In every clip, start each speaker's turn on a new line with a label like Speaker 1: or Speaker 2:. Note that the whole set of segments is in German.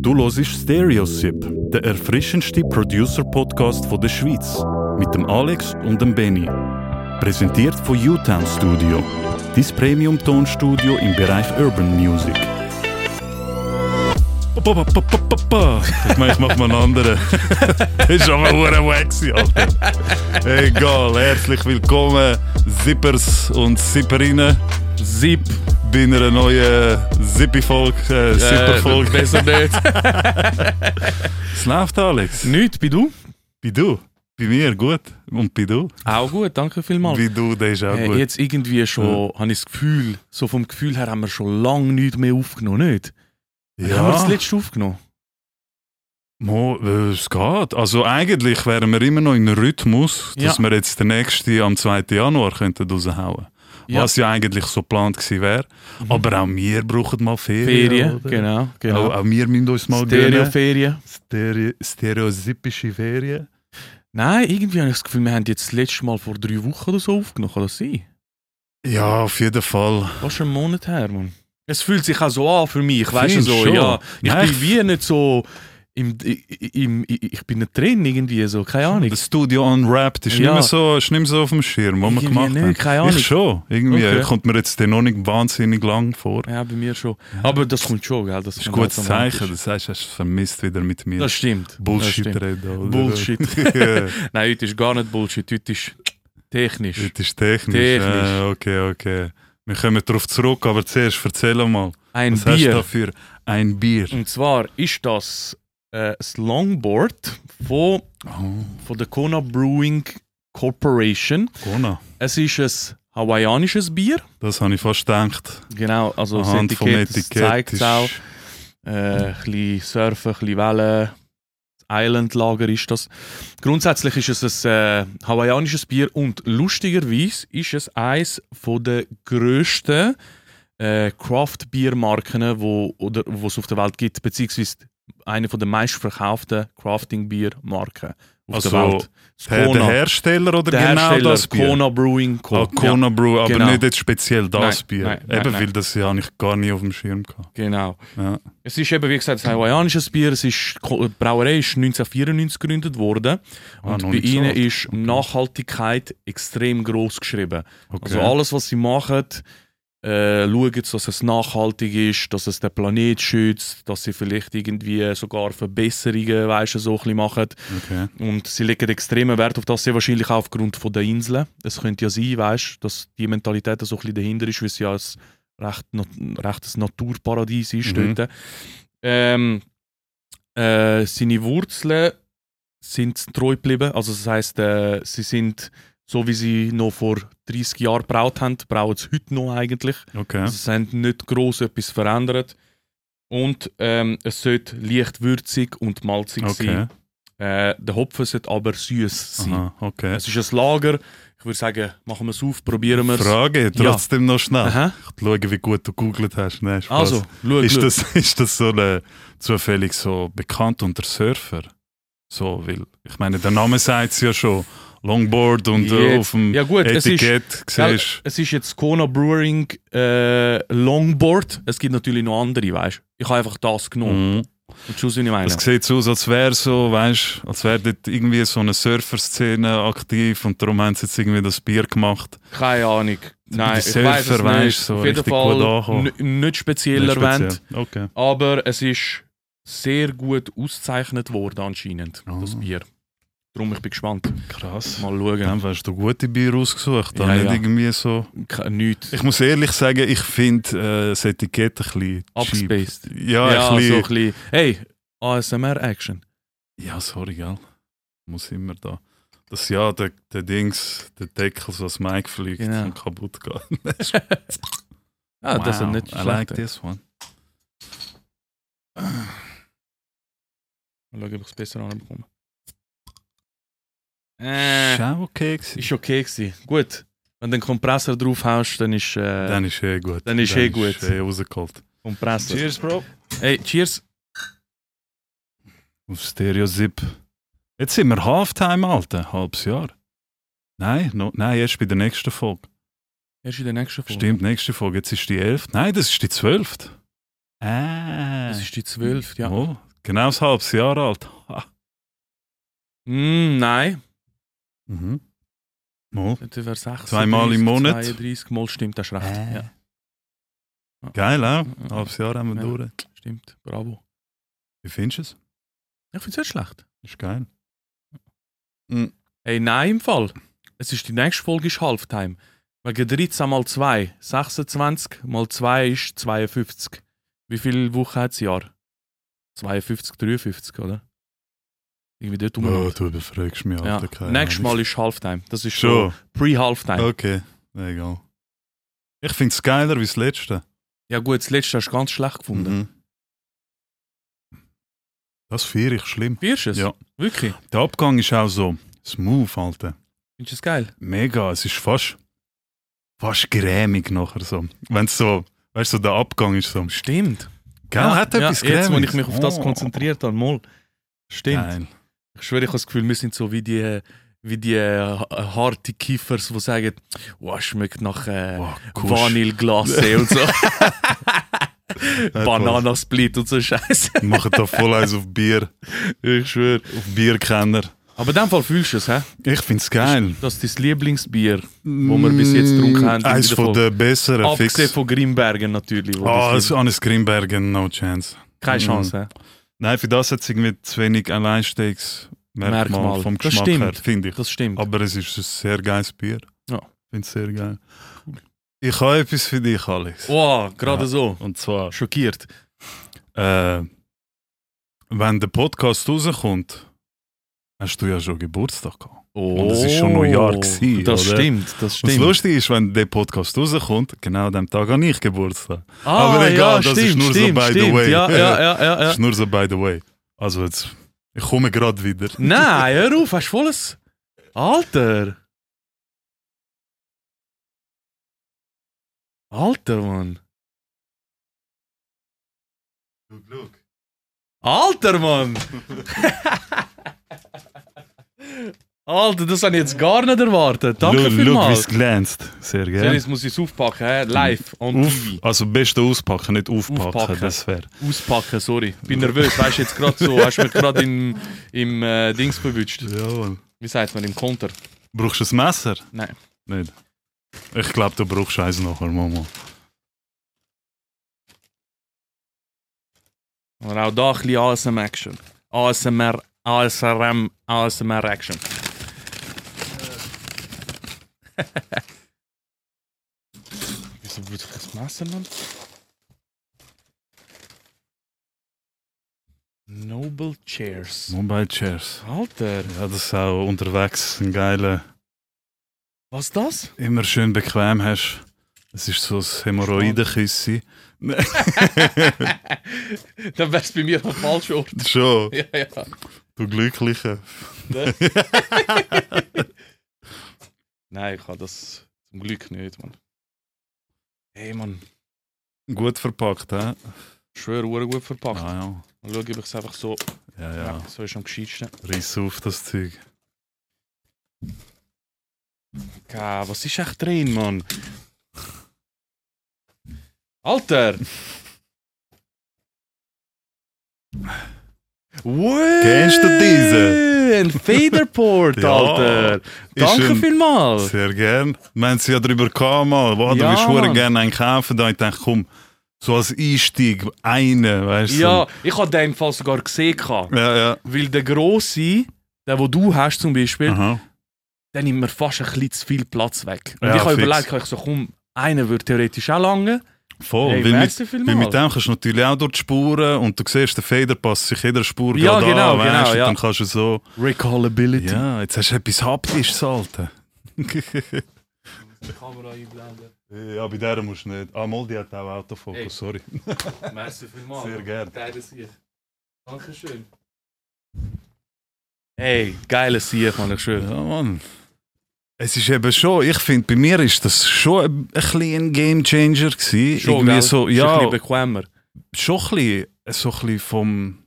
Speaker 1: Du hörst Stereosip, der erfrischendste Producer-Podcast der Schweiz. Mit dem Alex und dem Benny. Präsentiert von U-Town Studio. Dein Premium-Tonstudio im Bereich Urban Music. Pa, pa, pa, pa, pa, pa. Ich meine, ich mach mal einen anderen. das ist aber hure wacky, Alter. Egal, herzlich willkommen, Zippers und Zipperinnen.
Speaker 2: Zip.
Speaker 1: Bei einer neuen Zippy-Folge, äh,
Speaker 2: Äh,
Speaker 1: Zipper-Folge.
Speaker 2: besser nicht.
Speaker 1: Es läuft, Alex.
Speaker 2: nicht, bei du?
Speaker 1: Bei du. Bei mir gut. Und bei du.
Speaker 2: Auch gut, danke vielmals.
Speaker 1: Bei du, der ist auch
Speaker 2: Äh,
Speaker 1: gut.
Speaker 2: jetzt irgendwie schon, habe ich das Gefühl, so vom Gefühl her haben wir schon lange nichts mehr aufgenommen, nicht? Wann Haben wir das letzte aufgenommen?
Speaker 1: Mo, äh, es geht. Also eigentlich wären wir immer noch in einem Rhythmus, dass
Speaker 2: Ja.
Speaker 1: wir jetzt den nächsten am 2. Januar könnten raushauen
Speaker 2: Ja.
Speaker 1: Was ja eigentlich so geplant gewesen wäre. Aber auch wir brauchen mal Ferien.
Speaker 2: Ferien,
Speaker 1: oder?
Speaker 2: genau. genau.
Speaker 1: Auch, auch wir müssen uns mal gönnen.
Speaker 2: Stereoferien.
Speaker 1: Stere Stereotypische Ferien.
Speaker 2: Nein, irgendwie habe ich das Gefühl, wir haben jetzt das letzte Mal vor drei Wochen oder so aufgenommen, kann das sein?
Speaker 1: Ja, auf jeden Fall.
Speaker 2: Fast schon einen Monat her, Mann. Es fühlt sich auch so an für mich, weißt du,
Speaker 1: Findest
Speaker 2: so,
Speaker 1: schon?
Speaker 2: ja. Ich
Speaker 1: Nein, ich-
Speaker 2: bin wie nicht so im, im, im, ich bin nicht drin irgendwie, so, keine Ahnung.
Speaker 1: Das Studio Unwrapped ist, nicht,
Speaker 2: Ja.
Speaker 1: mehr so, ist nicht mehr so auf dem Schirm, was wir
Speaker 2: Irgendwie
Speaker 1: gemacht
Speaker 2: nicht,
Speaker 1: haben.
Speaker 2: keine Ahnung.
Speaker 1: Ich schon. Irgendwie
Speaker 2: Okay.
Speaker 1: kommt mir jetzt noch nicht wahnsinnig lang vor.
Speaker 2: Ja, bei mir schon. Aber das kommt schon, gell? Das
Speaker 1: Das ist ein
Speaker 2: kommt
Speaker 1: gutes
Speaker 2: automatisch.
Speaker 1: Zeichen. Das heißt, hast du vermisst wieder mit mir.
Speaker 2: Das stimmt.
Speaker 1: Bullshit
Speaker 2: Das stimmt.
Speaker 1: reden. Oder? äh,
Speaker 2: Bullshit.
Speaker 1: Ja,
Speaker 2: Nein, heute ist gar nicht Bullshit, heute ist technisch.
Speaker 1: Das ist technisch.
Speaker 2: Technisch.
Speaker 1: Ah, okay, okay. Wir kommen darauf zurück, aber zuerst erzähl mal.
Speaker 2: Ein
Speaker 1: Was hast du da
Speaker 2: Bier.
Speaker 1: für ein Bier?
Speaker 2: Und zwar ist das äh, das Longboard von,
Speaker 1: Oh,
Speaker 2: von der Kona Brewing Corporation.
Speaker 1: Kona.
Speaker 2: Es ist ein hawaiianisches Bier.
Speaker 1: Das habe ich fast gedacht.
Speaker 2: Genau, also das
Speaker 1: Anhand vom
Speaker 2: Etikett, das
Speaker 1: Etikett.
Speaker 2: zeigt es
Speaker 1: ist-
Speaker 2: auch. Äh, ein bisschen surfen, ein bisschen Wellen. Das Island-Lager ist das. Grundsätzlich ist es ein äh, hawaiianisches Bier und lustigerweise ist es eines der grössten äh, Craft-Bier-Marken, wo oder- wo es auf der Welt gibt, beziehungsweise eine der meistverkauften Crafting-Bier-Marken auf
Speaker 1: Also,
Speaker 2: der Welt. Das
Speaker 1: Der, der
Speaker 2: Kona.
Speaker 1: Hersteller oder
Speaker 2: Der
Speaker 1: genau
Speaker 2: Hersteller,
Speaker 1: das Bier?
Speaker 2: Kona Brewing Co.
Speaker 1: Ah, Kona Brew, aber
Speaker 2: genau.
Speaker 1: nicht jetzt speziell das
Speaker 2: Nein,
Speaker 1: Bier.
Speaker 2: nein, nein,
Speaker 1: Eben,
Speaker 2: nein.
Speaker 1: weil das habe ich gar nie auf dem Schirm gehabt.
Speaker 2: Ja, genau.
Speaker 1: Ja.
Speaker 2: Es ist eben, wie gesagt, ein hawaiianisches Bier. Es ist, äh, die Brauerei ist 1994 gegründet worden.
Speaker 1: Ah,
Speaker 2: Und
Speaker 1: noch
Speaker 2: bei
Speaker 1: nicht so
Speaker 2: ihnen
Speaker 1: alt.
Speaker 2: ist
Speaker 1: Okay.
Speaker 2: Nachhaltigkeit extrem groß geschrieben.
Speaker 1: Okay.
Speaker 2: Also alles, was sie machen, äh, schauen sie, dass es nachhaltig ist, dass es den Planet schützt, dass sie vielleicht irgendwie sogar Verbesserungen weißt, du, so ein bisschen machen.
Speaker 1: okay.
Speaker 2: Und sie legen extremen Wert auf das, sehr wahrscheinlich auch aufgrund von der Inseln. Es könnte ja sein, weißt, dass die Mentalität so ein bisschen dahinter ist, weil es ja ein recht, nat- rechtes Naturparadies ist
Speaker 1: Mhm.
Speaker 2: dort. Ähm, äh, seine Wurzeln sind treu geblieben. Also das heisst, äh, sie sind so wie sie noch vor 30 Jahren gebraut haben, brauen sie heute noch eigentlich.
Speaker 1: okay.
Speaker 2: Also sie haben nicht gross etwas verändert. Und ähm, es sollte leicht würzig und malzig sein.
Speaker 1: Okay.
Speaker 2: Äh, der Hopfen sollte aber süß sein.
Speaker 1: Aha, okay.
Speaker 2: Es ist ein Lager. Ich würde sagen, machen wir es auf, probieren wir es.
Speaker 1: Frage,
Speaker 2: Ja.
Speaker 1: trotzdem noch schnell.
Speaker 2: Aha.
Speaker 1: Ich schaue, wie gut du googelt hast. Nein, Spaß.
Speaker 2: Also, schau,
Speaker 1: ist
Speaker 2: schau.
Speaker 1: das, ist das so eine, zufällig so bekannt unter Surfer? So, weil, ich meine, der Name sagt es ja schon. Longboard und äh,
Speaker 2: Jetzt-
Speaker 1: auf dem
Speaker 2: ja gut, es ist-
Speaker 1: Etikett
Speaker 2: Gell,
Speaker 1: siehst
Speaker 2: Äh, es ist jetzt Kona Brewing äh, Longboard. Es gibt natürlich noch andere, weißt du. Ich habe einfach das
Speaker 1: du.
Speaker 2: genommen.
Speaker 1: Mhm.
Speaker 2: Und schaust, wie ich meine.
Speaker 1: Es sieht so aus, als wäre so, weißt als wäre dort irgendwie so eine Surfer-Szene aktiv und darum haben sie jetzt irgendwie das Bier gemacht.
Speaker 2: Keine Ahnung. Nein, ich
Speaker 1: Surfer,
Speaker 2: weiß es
Speaker 1: weißt,
Speaker 2: nicht.
Speaker 1: so
Speaker 2: Auf jeden
Speaker 1: richtig gut
Speaker 2: Fall
Speaker 1: ankommen.
Speaker 2: n- nicht speziell
Speaker 1: Nicht speziell.
Speaker 2: erwähnt.
Speaker 1: Okay.
Speaker 2: Aber es ist sehr gut ausgezeichnet worden anscheinend,
Speaker 1: Ah.
Speaker 2: das Bier. Darum, ich bin gespannt.
Speaker 1: Krass.
Speaker 2: Mal schauen.
Speaker 1: Dann hast du gute Bier ausgesucht, dann
Speaker 2: Ja,
Speaker 1: nicht
Speaker 2: ja.
Speaker 1: irgendwie so.
Speaker 2: Ke- Nichts.
Speaker 1: Ich muss ehrlich sagen, ich finde äh, das Etikett ein bisschen cheap.
Speaker 2: Abgespaced.
Speaker 1: Ja,
Speaker 2: Ja, also-
Speaker 1: ein bisschen.
Speaker 2: so ein bisschen. Hey, ASMR-Action.
Speaker 1: Ja, sorry, gell. Muss immer da. Das ja, der, der Dings, der Deckel, so das Mic fliegt
Speaker 2: Genau.
Speaker 1: und kaputt geht.
Speaker 2: Ah, das
Speaker 1: Wow,
Speaker 2: ist nicht
Speaker 1: I
Speaker 2: schlecht.
Speaker 1: like this one.
Speaker 2: Mal schauen, ob ich es besser anbekomme. Äh,
Speaker 1: Ist auch okay gewesen.
Speaker 2: ist okay gewesen. Gut. Wenn du den Kompressor draufhaust, dann ist äh,
Speaker 1: Dann ist eh gut.
Speaker 2: Dann ist eh gut.
Speaker 1: Ist eh rausgeholt.
Speaker 2: Kompressor.
Speaker 1: Cheers, Bro.
Speaker 2: Hey, cheers.
Speaker 1: Auf Stereosip. Jetzt sind wir Halftime, Alter. Halbes Jahr. Nein, no, nein, erst bei der nächsten Folge.
Speaker 2: Erst in der nächsten Folge.
Speaker 1: Stimmt, nächste Folge. Jetzt ist die 11. Nein, das ist die 12. Ah.
Speaker 2: Das ist die 12. Ja.
Speaker 1: Oh, Genau ein halbes Jahr alt. Ha.
Speaker 2: Mm, nein.
Speaker 1: Mhm. Mal.
Speaker 2: Das wäre 6,
Speaker 1: Zweimal im Monat.
Speaker 2: 32 Mal stimmt, das ist recht. Ja,
Speaker 1: Geil, auch?
Speaker 2: Mhm.
Speaker 1: Ein halbes Jahr haben wir
Speaker 2: Ah. Ja.
Speaker 1: durch.
Speaker 2: stimmt. Bravo.
Speaker 1: Wie findest du es?
Speaker 2: Ich finde es nicht schlecht.
Speaker 1: Ist geil.
Speaker 2: Hey, nein, im Fall. Es ist die nächste Folge ist Halftime. Wegen 13 mal 2, 26 mal 2 ist 52. Wie viele Wochen hat das Jahr? 52, 53, oder? Irgendwie dort
Speaker 1: Oh,
Speaker 2: rum.
Speaker 1: du überfragst mich,
Speaker 2: ja.
Speaker 1: Alter. keine
Speaker 2: Nächstes
Speaker 1: Ahnung.
Speaker 2: Mal ist Halftime. Das ist
Speaker 1: Schon.
Speaker 2: schon Pre-Halftime.
Speaker 1: Okay, egal. Ich finde es geiler wie das letzte.
Speaker 2: Ja gut, das letzte hast du ganz schlecht gefunden.
Speaker 1: Mhm. Das feiere ich schlimm.
Speaker 2: Wirst du es?
Speaker 1: Ja.
Speaker 2: Wirklich?
Speaker 1: Der Abgang ist auch so smooth, Alter.
Speaker 2: Findest du es geil?
Speaker 1: Mega, es ist fast, fast grämig nachher so. Wenn es so, weißt du, so der Abgang ist so.
Speaker 2: Stimmt.
Speaker 1: Gell, hat
Speaker 2: ja,
Speaker 1: etwas
Speaker 2: jetzt, wo ich
Speaker 1: Grämiges.
Speaker 2: mich auf das
Speaker 1: Oh,
Speaker 2: konzentriert habe, mal. Stimmt.
Speaker 1: Geil.
Speaker 2: Ich schwöre, ich habe das Gefühl, wir sind so wie die, wie die äh, harte Kiffers, die sagen, wow, schmeckt nach äh,
Speaker 1: Oh, Kusch.
Speaker 2: Vanilleglace und so. Bananasplit und so Scheiße.
Speaker 1: Wir Machen da voll eins auf Bier,
Speaker 2: Ich schwöre.
Speaker 1: auf Bierkenner.
Speaker 2: Aber in dem Fall fühlst du es, hä?
Speaker 1: Ich find's geil. Mm,
Speaker 2: Das ist dein Lieblingsbier, wo wir bis jetzt getrunken haben. in
Speaker 1: Eins
Speaker 2: dieser
Speaker 1: von
Speaker 2: Folge.
Speaker 1: den besseren.
Speaker 2: Abgesehen
Speaker 1: fix.
Speaker 2: von Grimbergen natürlich. wo
Speaker 1: Ah,
Speaker 2: das-
Speaker 1: also Hannes Grimbergen, no chance.
Speaker 2: keine
Speaker 1: Mm.
Speaker 2: Chance, hä?
Speaker 1: Nein, für das hat es irgendwie zu wenig Alleinstiegsmerkmal
Speaker 2: Merkmal.
Speaker 1: vom
Speaker 2: Das
Speaker 1: Geschmack
Speaker 2: stimmt.
Speaker 1: her, finde ich.
Speaker 2: Das stimmt.
Speaker 1: Aber es ist ein sehr geiles Bier.
Speaker 2: Ja.
Speaker 1: Ich finde es sehr geil. Ich habe etwas für dich, Alex.
Speaker 2: Wow, gerade
Speaker 1: Ja.
Speaker 2: so.
Speaker 1: Und zwar,
Speaker 2: Schockiert.
Speaker 1: äh, wenn der Podcast rauskommt, hast du ja schon Geburtstag gehabt.
Speaker 2: Oh,
Speaker 1: Und es ist schon noch ein Jahr gewesen,
Speaker 2: Das
Speaker 1: oder?
Speaker 2: stimmt, das
Speaker 1: Und
Speaker 2: stimmt.
Speaker 1: das Lustige ist, wenn der Podcast rauskommt, genau an dem Tag habe ich Geburtstag.
Speaker 2: Ah,
Speaker 1: Aber egal, das ist nur so by the way.
Speaker 2: Ja, ja, ja, ja,
Speaker 1: Das
Speaker 2: ja.
Speaker 1: ist nur so, by the way. Also jetzt, ich komme gerade wieder.
Speaker 2: Nein, hör auf, hast du volles. Alter! Alter, Mann! Alter, Mann! Alter, das habe ich jetzt gar nicht erwartet. Danke
Speaker 1: Schau, schau, wie es
Speaker 2: vielmals.
Speaker 1: glänzt. Sehr
Speaker 2: Ja.
Speaker 1: gerne.
Speaker 2: Jetzt muss ich es aufpacken, hä? live, on
Speaker 1: Auf,
Speaker 2: TV.
Speaker 1: also beste auspacken, nicht aufpacken.
Speaker 2: Aufpacken.
Speaker 1: Das wäre.
Speaker 2: Auspacken, sorry. Bin nervös, weißt du, jetzt gerade so, hast du mich gerade im, im äh, Dings verwünscht.
Speaker 1: Jawohl.
Speaker 2: Wie sagt man, im Konter?
Speaker 1: Brauchst du ein Messer?
Speaker 2: Nein.
Speaker 1: Nicht. Ich glaube, du brauchst eins nachher, Mama.
Speaker 2: Oder auch da ein bisschen ASM-Action. ASMR, ASRM, ASMR-Action. Wieso würde ich das Messer nehmen? Noble Chairs.
Speaker 1: Mobile Chairs.
Speaker 2: Alter,
Speaker 1: Ja, das ist auch unterwegs ein geiler.
Speaker 2: was ist das?
Speaker 1: Immer schön bequem hast. Es ist so ein Hämorrhoidenkissi.
Speaker 2: Dann wär's bei mir am falschen Ort.
Speaker 1: Schon,
Speaker 2: Ja, ja.
Speaker 1: du Glückliche.
Speaker 2: Nein, ich habe das zum Glück nicht, Mann. Hey, Mann.
Speaker 1: Gut verpackt, hä?
Speaker 2: Schwör, Uhr gut verpackt.
Speaker 1: Ah,
Speaker 2: Mal schauen, ob ich es einfach so.
Speaker 1: ja. Ja, ja.
Speaker 2: Ja. So ist am gescheitsten.
Speaker 1: Riss auf das Zeug.
Speaker 2: Ja, was ist echt drin, Mann? Alter! Wow!
Speaker 1: Kennst du diese?
Speaker 2: Ein Federport,
Speaker 1: Ja.
Speaker 2: Alter!
Speaker 1: Ist
Speaker 2: Danke
Speaker 1: ein-
Speaker 2: vielmals!
Speaker 1: Sehr gern. Wir haben sie ja darüber gehabt, mal. Wow, du
Speaker 2: Ja,
Speaker 1: würdest
Speaker 2: Mann.
Speaker 1: schon gerne einen kaufen. Da hab ich gedacht, komm, so als Einstieg, einen, weißt du?
Speaker 2: Ja, ich habe den im Fall sogar gesehen. gehabt.
Speaker 1: So. Ja, ja.
Speaker 2: Weil der grosse, der, den du hast zum Beispiel,
Speaker 1: Aha.
Speaker 2: der nimmt mir fast ein bisschen zu viel Platz weg. Und
Speaker 1: Ja,
Speaker 2: ich habe
Speaker 1: fix.
Speaker 2: überlegt, ich so, komm, einer würde theoretisch auch lange.
Speaker 1: Voll.
Speaker 2: hey,
Speaker 1: weil, mit,
Speaker 2: merci
Speaker 1: weil
Speaker 2: vielmals.
Speaker 1: mit dem kannst du natürlich auch durch die Spuren und du siehst, der Feder passt sich jeder Spur
Speaker 2: Ja,
Speaker 1: gerade
Speaker 2: genau,
Speaker 1: an, weißt
Speaker 2: genau,
Speaker 1: du?
Speaker 2: ja.
Speaker 1: Dann kannst du so.
Speaker 2: Recallability.
Speaker 1: Ja, jetzt hast du etwas Haptisches, Alter.
Speaker 2: Kamera einblenden.
Speaker 1: Äh, ja, bei der musst du nicht. Ah, mal, die hat auch Autofokus,
Speaker 2: Hey.
Speaker 1: sorry.
Speaker 2: Merci vielmals.
Speaker 1: Sehr gern.
Speaker 2: Geiles Sieg. Dankeschön. Hey, geiles Sieg, Mann, ich schwöre.
Speaker 1: Ja, Mann. Es ist eben schon, ich finde, bei mir ist das schon ein, ein bisschen ein Gamechanger gewesen.
Speaker 2: Schon,
Speaker 1: Irgendwie
Speaker 2: gell?
Speaker 1: so,
Speaker 2: Ist ein
Speaker 1: ja,
Speaker 2: bisschen bequemer.
Speaker 1: schon ein bisschen, so ein bisschen vom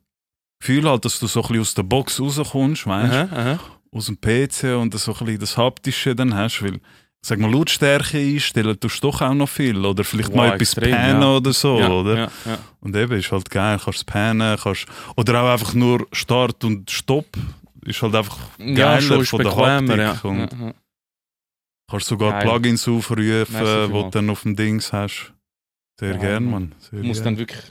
Speaker 1: Gefühl halt, dass du so ein bisschen aus der Box rauskommst, weißt
Speaker 2: Aha, aha.
Speaker 1: aus dem PC und so ein bisschen das Haptische dann hast, weil sag mal, Lautstärke einstellen tust du doch auch noch viel. Oder vielleicht
Speaker 2: Wow,
Speaker 1: mal etwas
Speaker 2: extrem,
Speaker 1: pannen
Speaker 2: ja.
Speaker 1: oder so,
Speaker 2: ja,
Speaker 1: oder?
Speaker 2: Ja, ja.
Speaker 1: Und eben ist halt geil, kannst es pannen, kannst. Oder auch einfach nur Start und Stopp. Ist halt einfach
Speaker 2: ja
Speaker 1: geiler
Speaker 2: schon ist
Speaker 1: von der
Speaker 2: bequemer. Ja.
Speaker 1: Haptik und-
Speaker 2: Ja, ja.
Speaker 1: Kannst sogar
Speaker 2: Geil.
Speaker 1: Plugins aufrufen,
Speaker 2: Merci vielmals.
Speaker 1: wo du dann auf dem Dings hast. Sehr
Speaker 2: Ja,
Speaker 1: gern,
Speaker 2: Mann.
Speaker 1: Mann. Sehr
Speaker 2: Du musst
Speaker 1: gern.
Speaker 2: dann wirklich.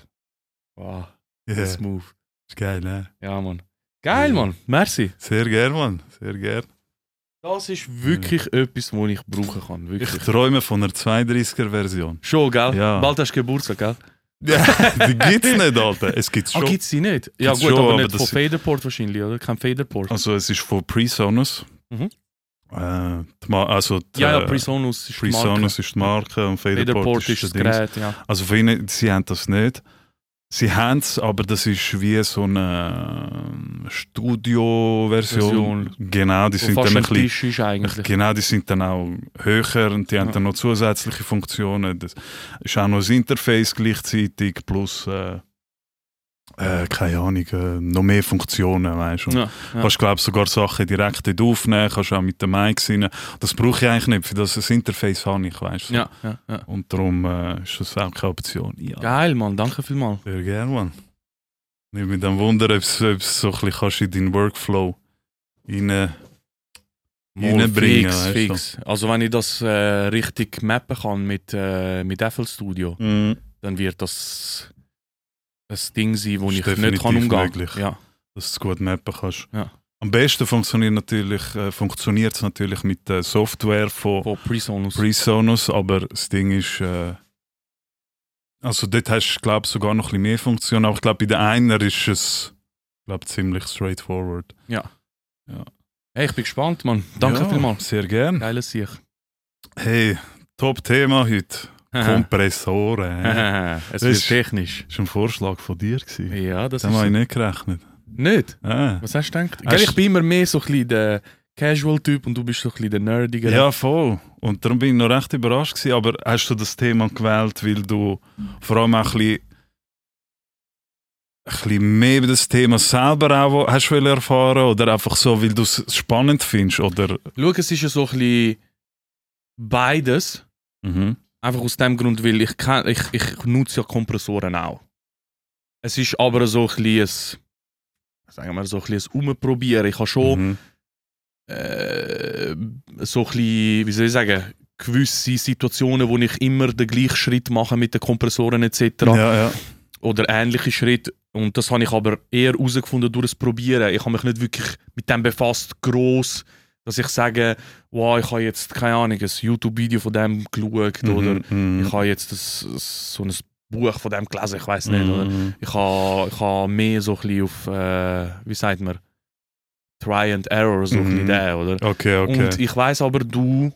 Speaker 2: Wow,
Speaker 1: Ja,
Speaker 2: das Move.
Speaker 1: ist geil, ne?
Speaker 2: Ja, Mann. Geil, Mann. Merci.
Speaker 1: Sehr gern, Mann. Sehr gern.
Speaker 2: Das ist wirklich etwas, wo ich brauchen kann.
Speaker 1: Ich
Speaker 2: Wirklich.
Speaker 1: träume von einer 32er-Version.
Speaker 2: Schon, gell?
Speaker 1: Ja.
Speaker 2: Bald hast du Geburtstag, gell?
Speaker 1: Ja, die gibt's nicht, Alter. Es gibt's
Speaker 2: Ah,
Speaker 1: schon.
Speaker 2: gibt es die nicht? Ja,
Speaker 1: Gibt's
Speaker 2: gut,
Speaker 1: schon,
Speaker 2: aber,
Speaker 1: aber
Speaker 2: nicht von
Speaker 1: das-
Speaker 2: Federport wahrscheinlich, oder? Kein Federport.
Speaker 1: Also, es ist von PreSonus.
Speaker 2: Mhm.
Speaker 1: Äh, die Ma- also, die,
Speaker 2: ja, ja,
Speaker 1: äh,
Speaker 2: Prisonus ist die Marke.
Speaker 1: PreSonus ist die Marke und Federport
Speaker 2: Federport ist das
Speaker 1: ist der Dings.
Speaker 2: Gerät, ja.
Speaker 1: Also für ihn, sie haben das nicht. Sie haben es, aber das ist wie so eine ähm, Studio-Version. Genau, die
Speaker 2: Wo
Speaker 1: sind
Speaker 2: fast
Speaker 1: dann ein
Speaker 2: ein
Speaker 1: bisschen,
Speaker 2: Tisch ist eigentlich.
Speaker 1: genau, die sind dann auch höher und die haben
Speaker 2: Ja.
Speaker 1: dann noch zusätzliche Funktionen. Das ist auch noch ein Interface gleichzeitig plus äh, äh, keine Ahnung, äh, noch mehr Funktionen, weißt du. Und
Speaker 2: Ja, ja.
Speaker 1: Kannst, glaube sogar Sachen direkt dort aufnehmen, kannst auch mit dem Mic rein. Das brauche ich eigentlich nicht, für das ein Interface habe ich, weißt du.
Speaker 2: ja, ja, ja.
Speaker 1: Und darum äh, ist das auch keine Option. Ja.
Speaker 2: Geil, Mann. Danke vielmals.
Speaker 1: Sehr gerne, Mann. Ich bin dann wundern, ob du so ein bisschen kannst in deinen Workflow rein. Reinbringen,
Speaker 2: fix,
Speaker 1: weißt du.
Speaker 2: fix. Also wenn ich das äh, richtig mappen kann mit, äh, mit FL Studio, dann wird das ein Ding sein, wo
Speaker 1: Ist
Speaker 2: ich nicht
Speaker 1: definitiv
Speaker 2: kann umgehen
Speaker 1: möglich.
Speaker 2: Ja.
Speaker 1: Dass du es gut mappen kannst.
Speaker 2: Ja.
Speaker 1: Am besten funktioniert natürlich, äh, funktioniert es natürlich mit der Software von
Speaker 2: Von Prisonus.
Speaker 1: PreSonus, aber das Ding ist. Äh, also dort hast du, glaube ich, sogar noch ein bisschen mehr Funktionen, aber ich glaube, bei der einer ist es glaub, ziemlich straightforward.
Speaker 2: hey, ich bin gespannt, Mann. Danke
Speaker 1: Ja,
Speaker 2: vielmals.
Speaker 1: Sehr gerne.
Speaker 2: Geiles Sieg.
Speaker 1: Hey, Top-Thema heute. Kompressoren. hä?
Speaker 2: es wird
Speaker 1: ist-
Speaker 2: technisch.
Speaker 1: Das war ein Vorschlag von dir. Gewesen.
Speaker 2: Ja, das
Speaker 1: Das habe ich
Speaker 2: ist...
Speaker 1: nicht gerechnet.
Speaker 2: Nicht?
Speaker 1: Ah.
Speaker 2: Was hast du gedacht?
Speaker 1: Hast-
Speaker 2: Gell, ich bin immer mehr so ein bisschen der Casual-Typ und du bist so ein bisschen der Nerdige.
Speaker 1: Ja, voll. Und darum bin ich noch recht überrascht. Gewesen. Aber hast du das Thema gewählt, weil du vor allem auch ein bisschen, ein bisschen mehr über das Thema selber auch hast wollen erfahren oder einfach so, weil du es spannend findest? Oder?
Speaker 2: Schau, es ist ja so ein bisschen beides.
Speaker 1: Mhm.
Speaker 2: Einfach aus dem Grund, weil ich, kann, ich, ich nutze ja Kompressoren auch. Es ist aber so ein bisschen ein, sagen wir so ein bisschen ein Umprobieren. Ich habe schon
Speaker 1: Mhm.
Speaker 2: äh, so ein bisschen, wie soll ich sagen, gewisse Situationen, wo ich immer den gleichen Schritt mache mit den Kompressoren etc.
Speaker 1: Ja, ja.
Speaker 2: Oder ähnliche Schritte. Und das habe ich aber eher herausgefunden durch das Probieren. Ich habe mich nicht wirklich mit dem befasst, gross, dass ich sage, wow, ich habe jetzt, keine Ahnung, ein YouTube-Video von dem geschaut oder
Speaker 1: mhm.
Speaker 2: ich habe jetzt das, das, so ein Buch von dem gelesen, ich weiß nicht. Oder?
Speaker 1: Mhm.
Speaker 2: Ich habe, ich habe mehr so ein bisschen auf, äh, wie sagt man, Try and Error, so ein bisschen
Speaker 1: Mhm.
Speaker 2: der, oder?
Speaker 1: Okay, okay.
Speaker 2: Und ich weiß aber, du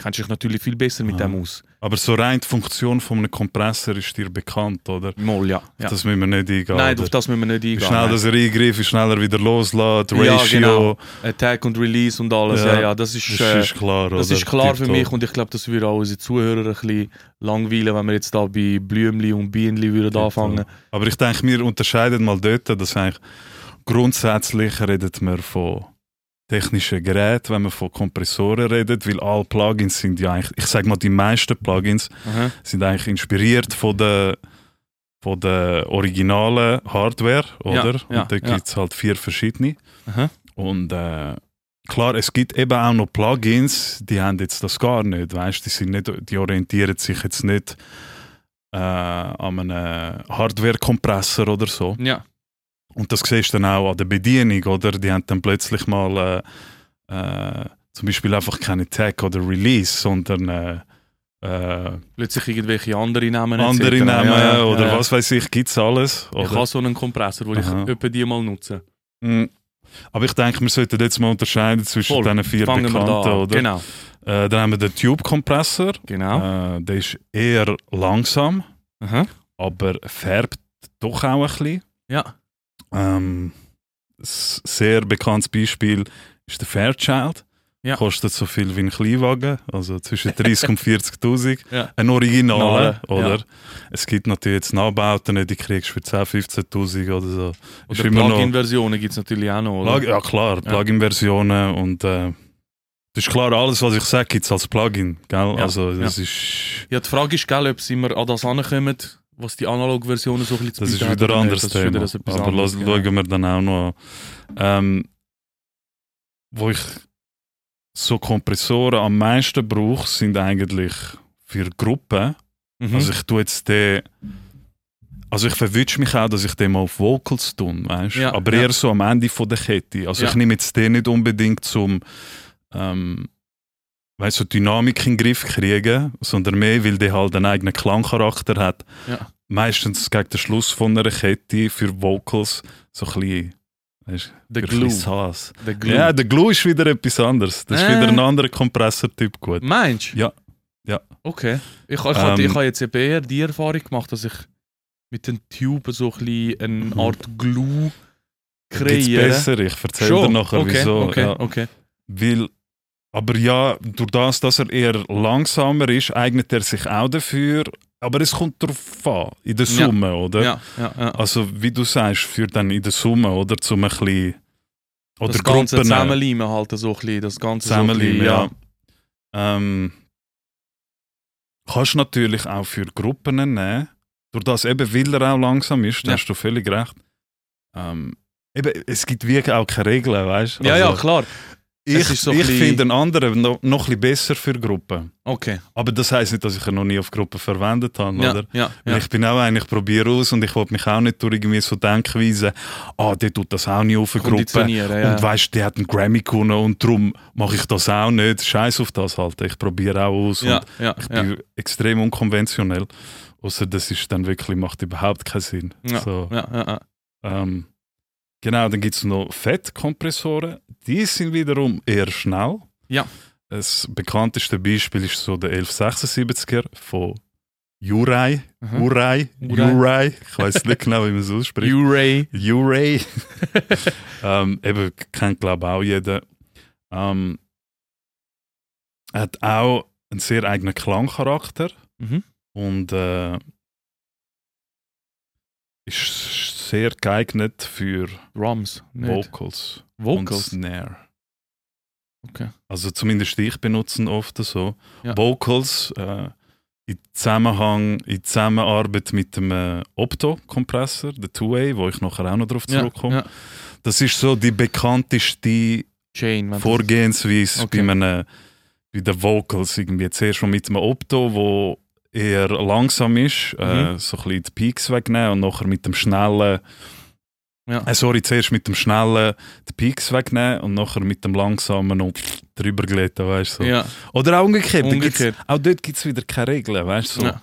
Speaker 2: kennst dich natürlich viel besser mit
Speaker 1: Ah.
Speaker 2: dem aus.
Speaker 1: Aber so rein die Funktion von einem Kompressor ist dir bekannt, oder?
Speaker 2: Mal, ja. ja.
Speaker 1: Das müssen wir nicht eingehen.
Speaker 2: Nein,
Speaker 1: oder?
Speaker 2: auf das müssen wir nicht
Speaker 1: Wie
Speaker 2: eingehen.
Speaker 1: schnell
Speaker 2: Nein.
Speaker 1: dass er eingreift, wie schneller wieder loslässt,
Speaker 2: Ja,
Speaker 1: Ratio,
Speaker 2: genau. Attack und Release und alles, ja,
Speaker 1: Ja.
Speaker 2: ja, das ist,
Speaker 1: das
Speaker 2: äh,
Speaker 1: ist klar.
Speaker 2: das
Speaker 1: oder?
Speaker 2: ist klar für
Speaker 1: Tipptopp.
Speaker 2: mich und ich glaube, das würde auch unsere Zuhörer ein bisschen langweilen, wenn wir jetzt da bei Blümli und Bienli würden
Speaker 1: Tipptopp.
Speaker 2: anfangen.
Speaker 1: Aber ich denke, wir unterscheiden mal dort, dass eigentlich grundsätzlich redet man von technischen Geräten, wenn man von Kompressoren redet, weil alle Plugins sind ja eigentlich, ich sage mal, die meisten Plugins
Speaker 2: Aha.
Speaker 1: sind eigentlich inspiriert von der von der originalen Hardware,
Speaker 2: Ja,
Speaker 1: oder?
Speaker 2: ja,
Speaker 1: und da
Speaker 2: ja.
Speaker 1: gibt es halt vier verschiedene.
Speaker 2: Aha.
Speaker 1: Und äh, klar, es gibt eben auch noch Plugins, die haben jetzt das gar nicht, weißt? Die sind nicht, die orientieren sich jetzt nicht äh, an einem Hardware-Kompressor oder so.
Speaker 2: Ja,
Speaker 1: Und das siehst du dann auch an der Bedienung, oder? Die haben dann plötzlich mal äh, äh, zum Beispiel einfach keine Tag oder Release, sondern äh, äh,
Speaker 2: plötzlich irgendwelche andere Namen.
Speaker 1: andere
Speaker 2: etc.
Speaker 1: Namen
Speaker 2: Ja, ja,
Speaker 1: oder
Speaker 2: ja, ja.
Speaker 1: was weiß ich, gibt es alles.
Speaker 2: Ich
Speaker 1: Oder?
Speaker 2: habe so einen Kompressor, den ich
Speaker 1: Aha.
Speaker 2: etwa die mal nutze.
Speaker 1: Mm. Aber ich denke, wir sollten jetzt mal unterscheiden zwischen
Speaker 2: Voll.
Speaker 1: diesen vier
Speaker 2: Fangen wir
Speaker 1: Bekannten,
Speaker 2: da an.
Speaker 1: oder?
Speaker 2: Genau,
Speaker 1: Äh, dann haben wir den Tube-Kompressor.
Speaker 2: genau.
Speaker 1: Äh, der ist eher langsam,
Speaker 2: Aha.
Speaker 1: aber färbt doch auch ein bisschen.
Speaker 2: Ja.
Speaker 1: Ähm, s- sehr bekanntes Beispiel ist der Fairchild.
Speaker 2: Ja.
Speaker 1: Kostet so viel wie ein Kleinwagen, also zwischen 30 und 40.000.
Speaker 2: Ja.
Speaker 1: Ein Original,
Speaker 2: Originale,
Speaker 1: oder? Es gibt natürlich jetzt Nachbauten, die kriegst du für 10.000, 15.000 oder so.
Speaker 2: Oder Plugin-Versionen gibt es natürlich auch noch. Oder?
Speaker 1: Plug- ja klar, Plugin-Versionen und äh, Das ist klar, alles, was ich sage, gibt es als Plugin. Gell?
Speaker 2: Ja,
Speaker 1: Also, das ist.
Speaker 2: Ja, die Frage ist, gell, ob sie immer an das ankommen, was die Analog-Versionen so ein bisschen zu
Speaker 1: Das ist
Speaker 2: bieten haben
Speaker 1: wieder
Speaker 2: oder
Speaker 1: ein
Speaker 2: nicht.
Speaker 1: anderes
Speaker 2: Das ist
Speaker 1: Thema.
Speaker 2: wieder etwas
Speaker 1: Aber
Speaker 2: anderes,
Speaker 1: los-
Speaker 2: genau.
Speaker 1: schauen wir dann auch noch an. Ähm, wo ich so Kompressoren am meisten brauche, sind eigentlich für Gruppen.
Speaker 2: Mhm.
Speaker 1: Also ich tue jetzt den. Also ich verwünsche mich auch, dass ich den mal auf Vocals tue, weißt?
Speaker 2: Ja,
Speaker 1: Aber
Speaker 2: ja.
Speaker 1: eher so am Ende von der Kette. Also
Speaker 2: Ja.
Speaker 1: ich nehme jetzt den nicht unbedingt zum ähm, weißt, so Dynamik in den Griff kriegen, sondern mehr, weil der halt einen eigenen Klangcharakter hat.
Speaker 2: Ja.
Speaker 1: Meistens gegen den Schluss von einer Kette für Vocals so ein bisschen, weißt,
Speaker 2: der
Speaker 1: für ein
Speaker 2: Glue.
Speaker 1: bisschen Sass.
Speaker 2: Der Glue.
Speaker 1: Ja, der Glue ist wieder etwas anderes. Das ist
Speaker 2: Äh.
Speaker 1: wieder ein anderer Kompressortyp gut.
Speaker 2: Meinst du?
Speaker 1: Ja. Ja.
Speaker 2: Okay. Ich, ich, hatte-
Speaker 1: Ähm.
Speaker 2: ich habe jetzt eben eher die Erfahrung gemacht, dass ich mit den Tuben so ein bisschen eine
Speaker 1: Mhm.
Speaker 2: Art Glue
Speaker 1: Gibt's
Speaker 2: kreiere.
Speaker 1: besser? Ich erzähle dir
Speaker 2: Schon?
Speaker 1: nachher,
Speaker 2: okay,
Speaker 1: wieso.
Speaker 2: Okay,
Speaker 1: ja.
Speaker 2: okay.
Speaker 1: Weil, aber ja, durch das, dass er eher langsamer ist, eignet er sich auch dafür. Aber es kommt darauf an, in der
Speaker 2: Ja.
Speaker 1: Summe, oder?
Speaker 2: Ja, ja,
Speaker 1: Oh,
Speaker 2: ja.
Speaker 1: Also, wie du sagst, für dann in der Summe, oder? Zum ein bisschen. Oder
Speaker 2: das ganze
Speaker 1: Gruppen-
Speaker 2: Zusammenleimen halt so ein bisschen. Das ganze so ein bisschen,
Speaker 1: Zusammenleben, ja. Ähm, kannst natürlich auch für Gruppen nehmen. Durch das eben, weil er auch langsam ist, da
Speaker 2: Ja.
Speaker 1: hast du völlig recht. Ähm, eben, es gibt wirklich auch keine Regeln, weißt du?
Speaker 2: Ja, ja,
Speaker 1: Also,
Speaker 2: klar. es
Speaker 1: ich
Speaker 2: ist so ein
Speaker 1: ich
Speaker 2: bisschen-
Speaker 1: finde einen anderen noch, noch ein bisschen besser für Gruppen.
Speaker 2: Okay.
Speaker 1: Aber das heisst nicht, dass ich ihn noch nie auf Gruppen verwendet habe,
Speaker 2: Ja,
Speaker 1: oder?
Speaker 2: ja,
Speaker 1: Weil
Speaker 2: ja.
Speaker 1: ich bin auch einer, ich probiere aus und ich wollte mich auch nicht durch irgendwie so Denkweise, ah, der tut das auch nicht auf eine Gruppe.
Speaker 2: Konditionieren, ja.
Speaker 1: Und weißt, der hat einen Grammy gewonnen und darum mache ich das auch nicht. Scheiß auf das halt. Ich probiere auch aus.
Speaker 2: ja,
Speaker 1: Und
Speaker 2: ja,
Speaker 1: ich
Speaker 2: ja.
Speaker 1: bin extrem unkonventionell. Außer das ist dann wirklich, macht überhaupt keinen Sinn.
Speaker 2: Ja.
Speaker 1: So,
Speaker 2: Ja, ja, ja.
Speaker 1: ähm, genau, dann gibt es noch Fettkompressoren. Die sind wiederum eher schnell.
Speaker 2: Ja.
Speaker 1: Das bekannteste Beispiel ist so der 1176er von Jurai.
Speaker 2: Aha.
Speaker 1: Urai.
Speaker 2: Hm? Urai.
Speaker 1: Urai. Ich weiß nicht genau, wie man es ausspricht.
Speaker 2: Uray.
Speaker 1: Uray. ähm, eben, kennt glaube ich auch jeder. Ähm, hat auch einen sehr eigenen Klangcharakter
Speaker 2: Mhm.
Speaker 1: und äh, ist sehr geeignet für
Speaker 2: Drums. Nicht.
Speaker 1: Vocals,
Speaker 2: Vocals.
Speaker 1: und Snare.
Speaker 2: Okay.
Speaker 1: Also zumindest ich benutze ihn oft so.
Speaker 2: Ja.
Speaker 1: Vocals äh, in Zusammenhang, in Zusammenarbeit mit dem äh, Opto-Kompressor, der Two-Way, wo ich nachher auch noch drauf
Speaker 2: Ja,
Speaker 1: zurückkomme.
Speaker 2: ja.
Speaker 1: Das ist so die bekannteste
Speaker 2: Chain. wenn-
Speaker 1: Vorgehensweise
Speaker 2: Okay.
Speaker 1: bei, einem, bei den eh, Vocals. Irgendwie zuerst schon mit einem Opto, wo eher langsam ist, äh,
Speaker 2: Mhm.
Speaker 1: so ein bisschen die Peaks wegnehmen und nachher mit dem schnellen.
Speaker 2: Ja.
Speaker 1: Äh, sorry, zuerst mit dem schnellen die Peaks wegnehmen und nachher mit dem langsamen und drüber gleiten, weißt du. So.
Speaker 2: Ja,
Speaker 1: Oder auch umgekehrt. da gibt's-
Speaker 2: umgekehrt.
Speaker 1: Auch dort gibt es wieder keine Regeln, weißt du. So
Speaker 2: Ja.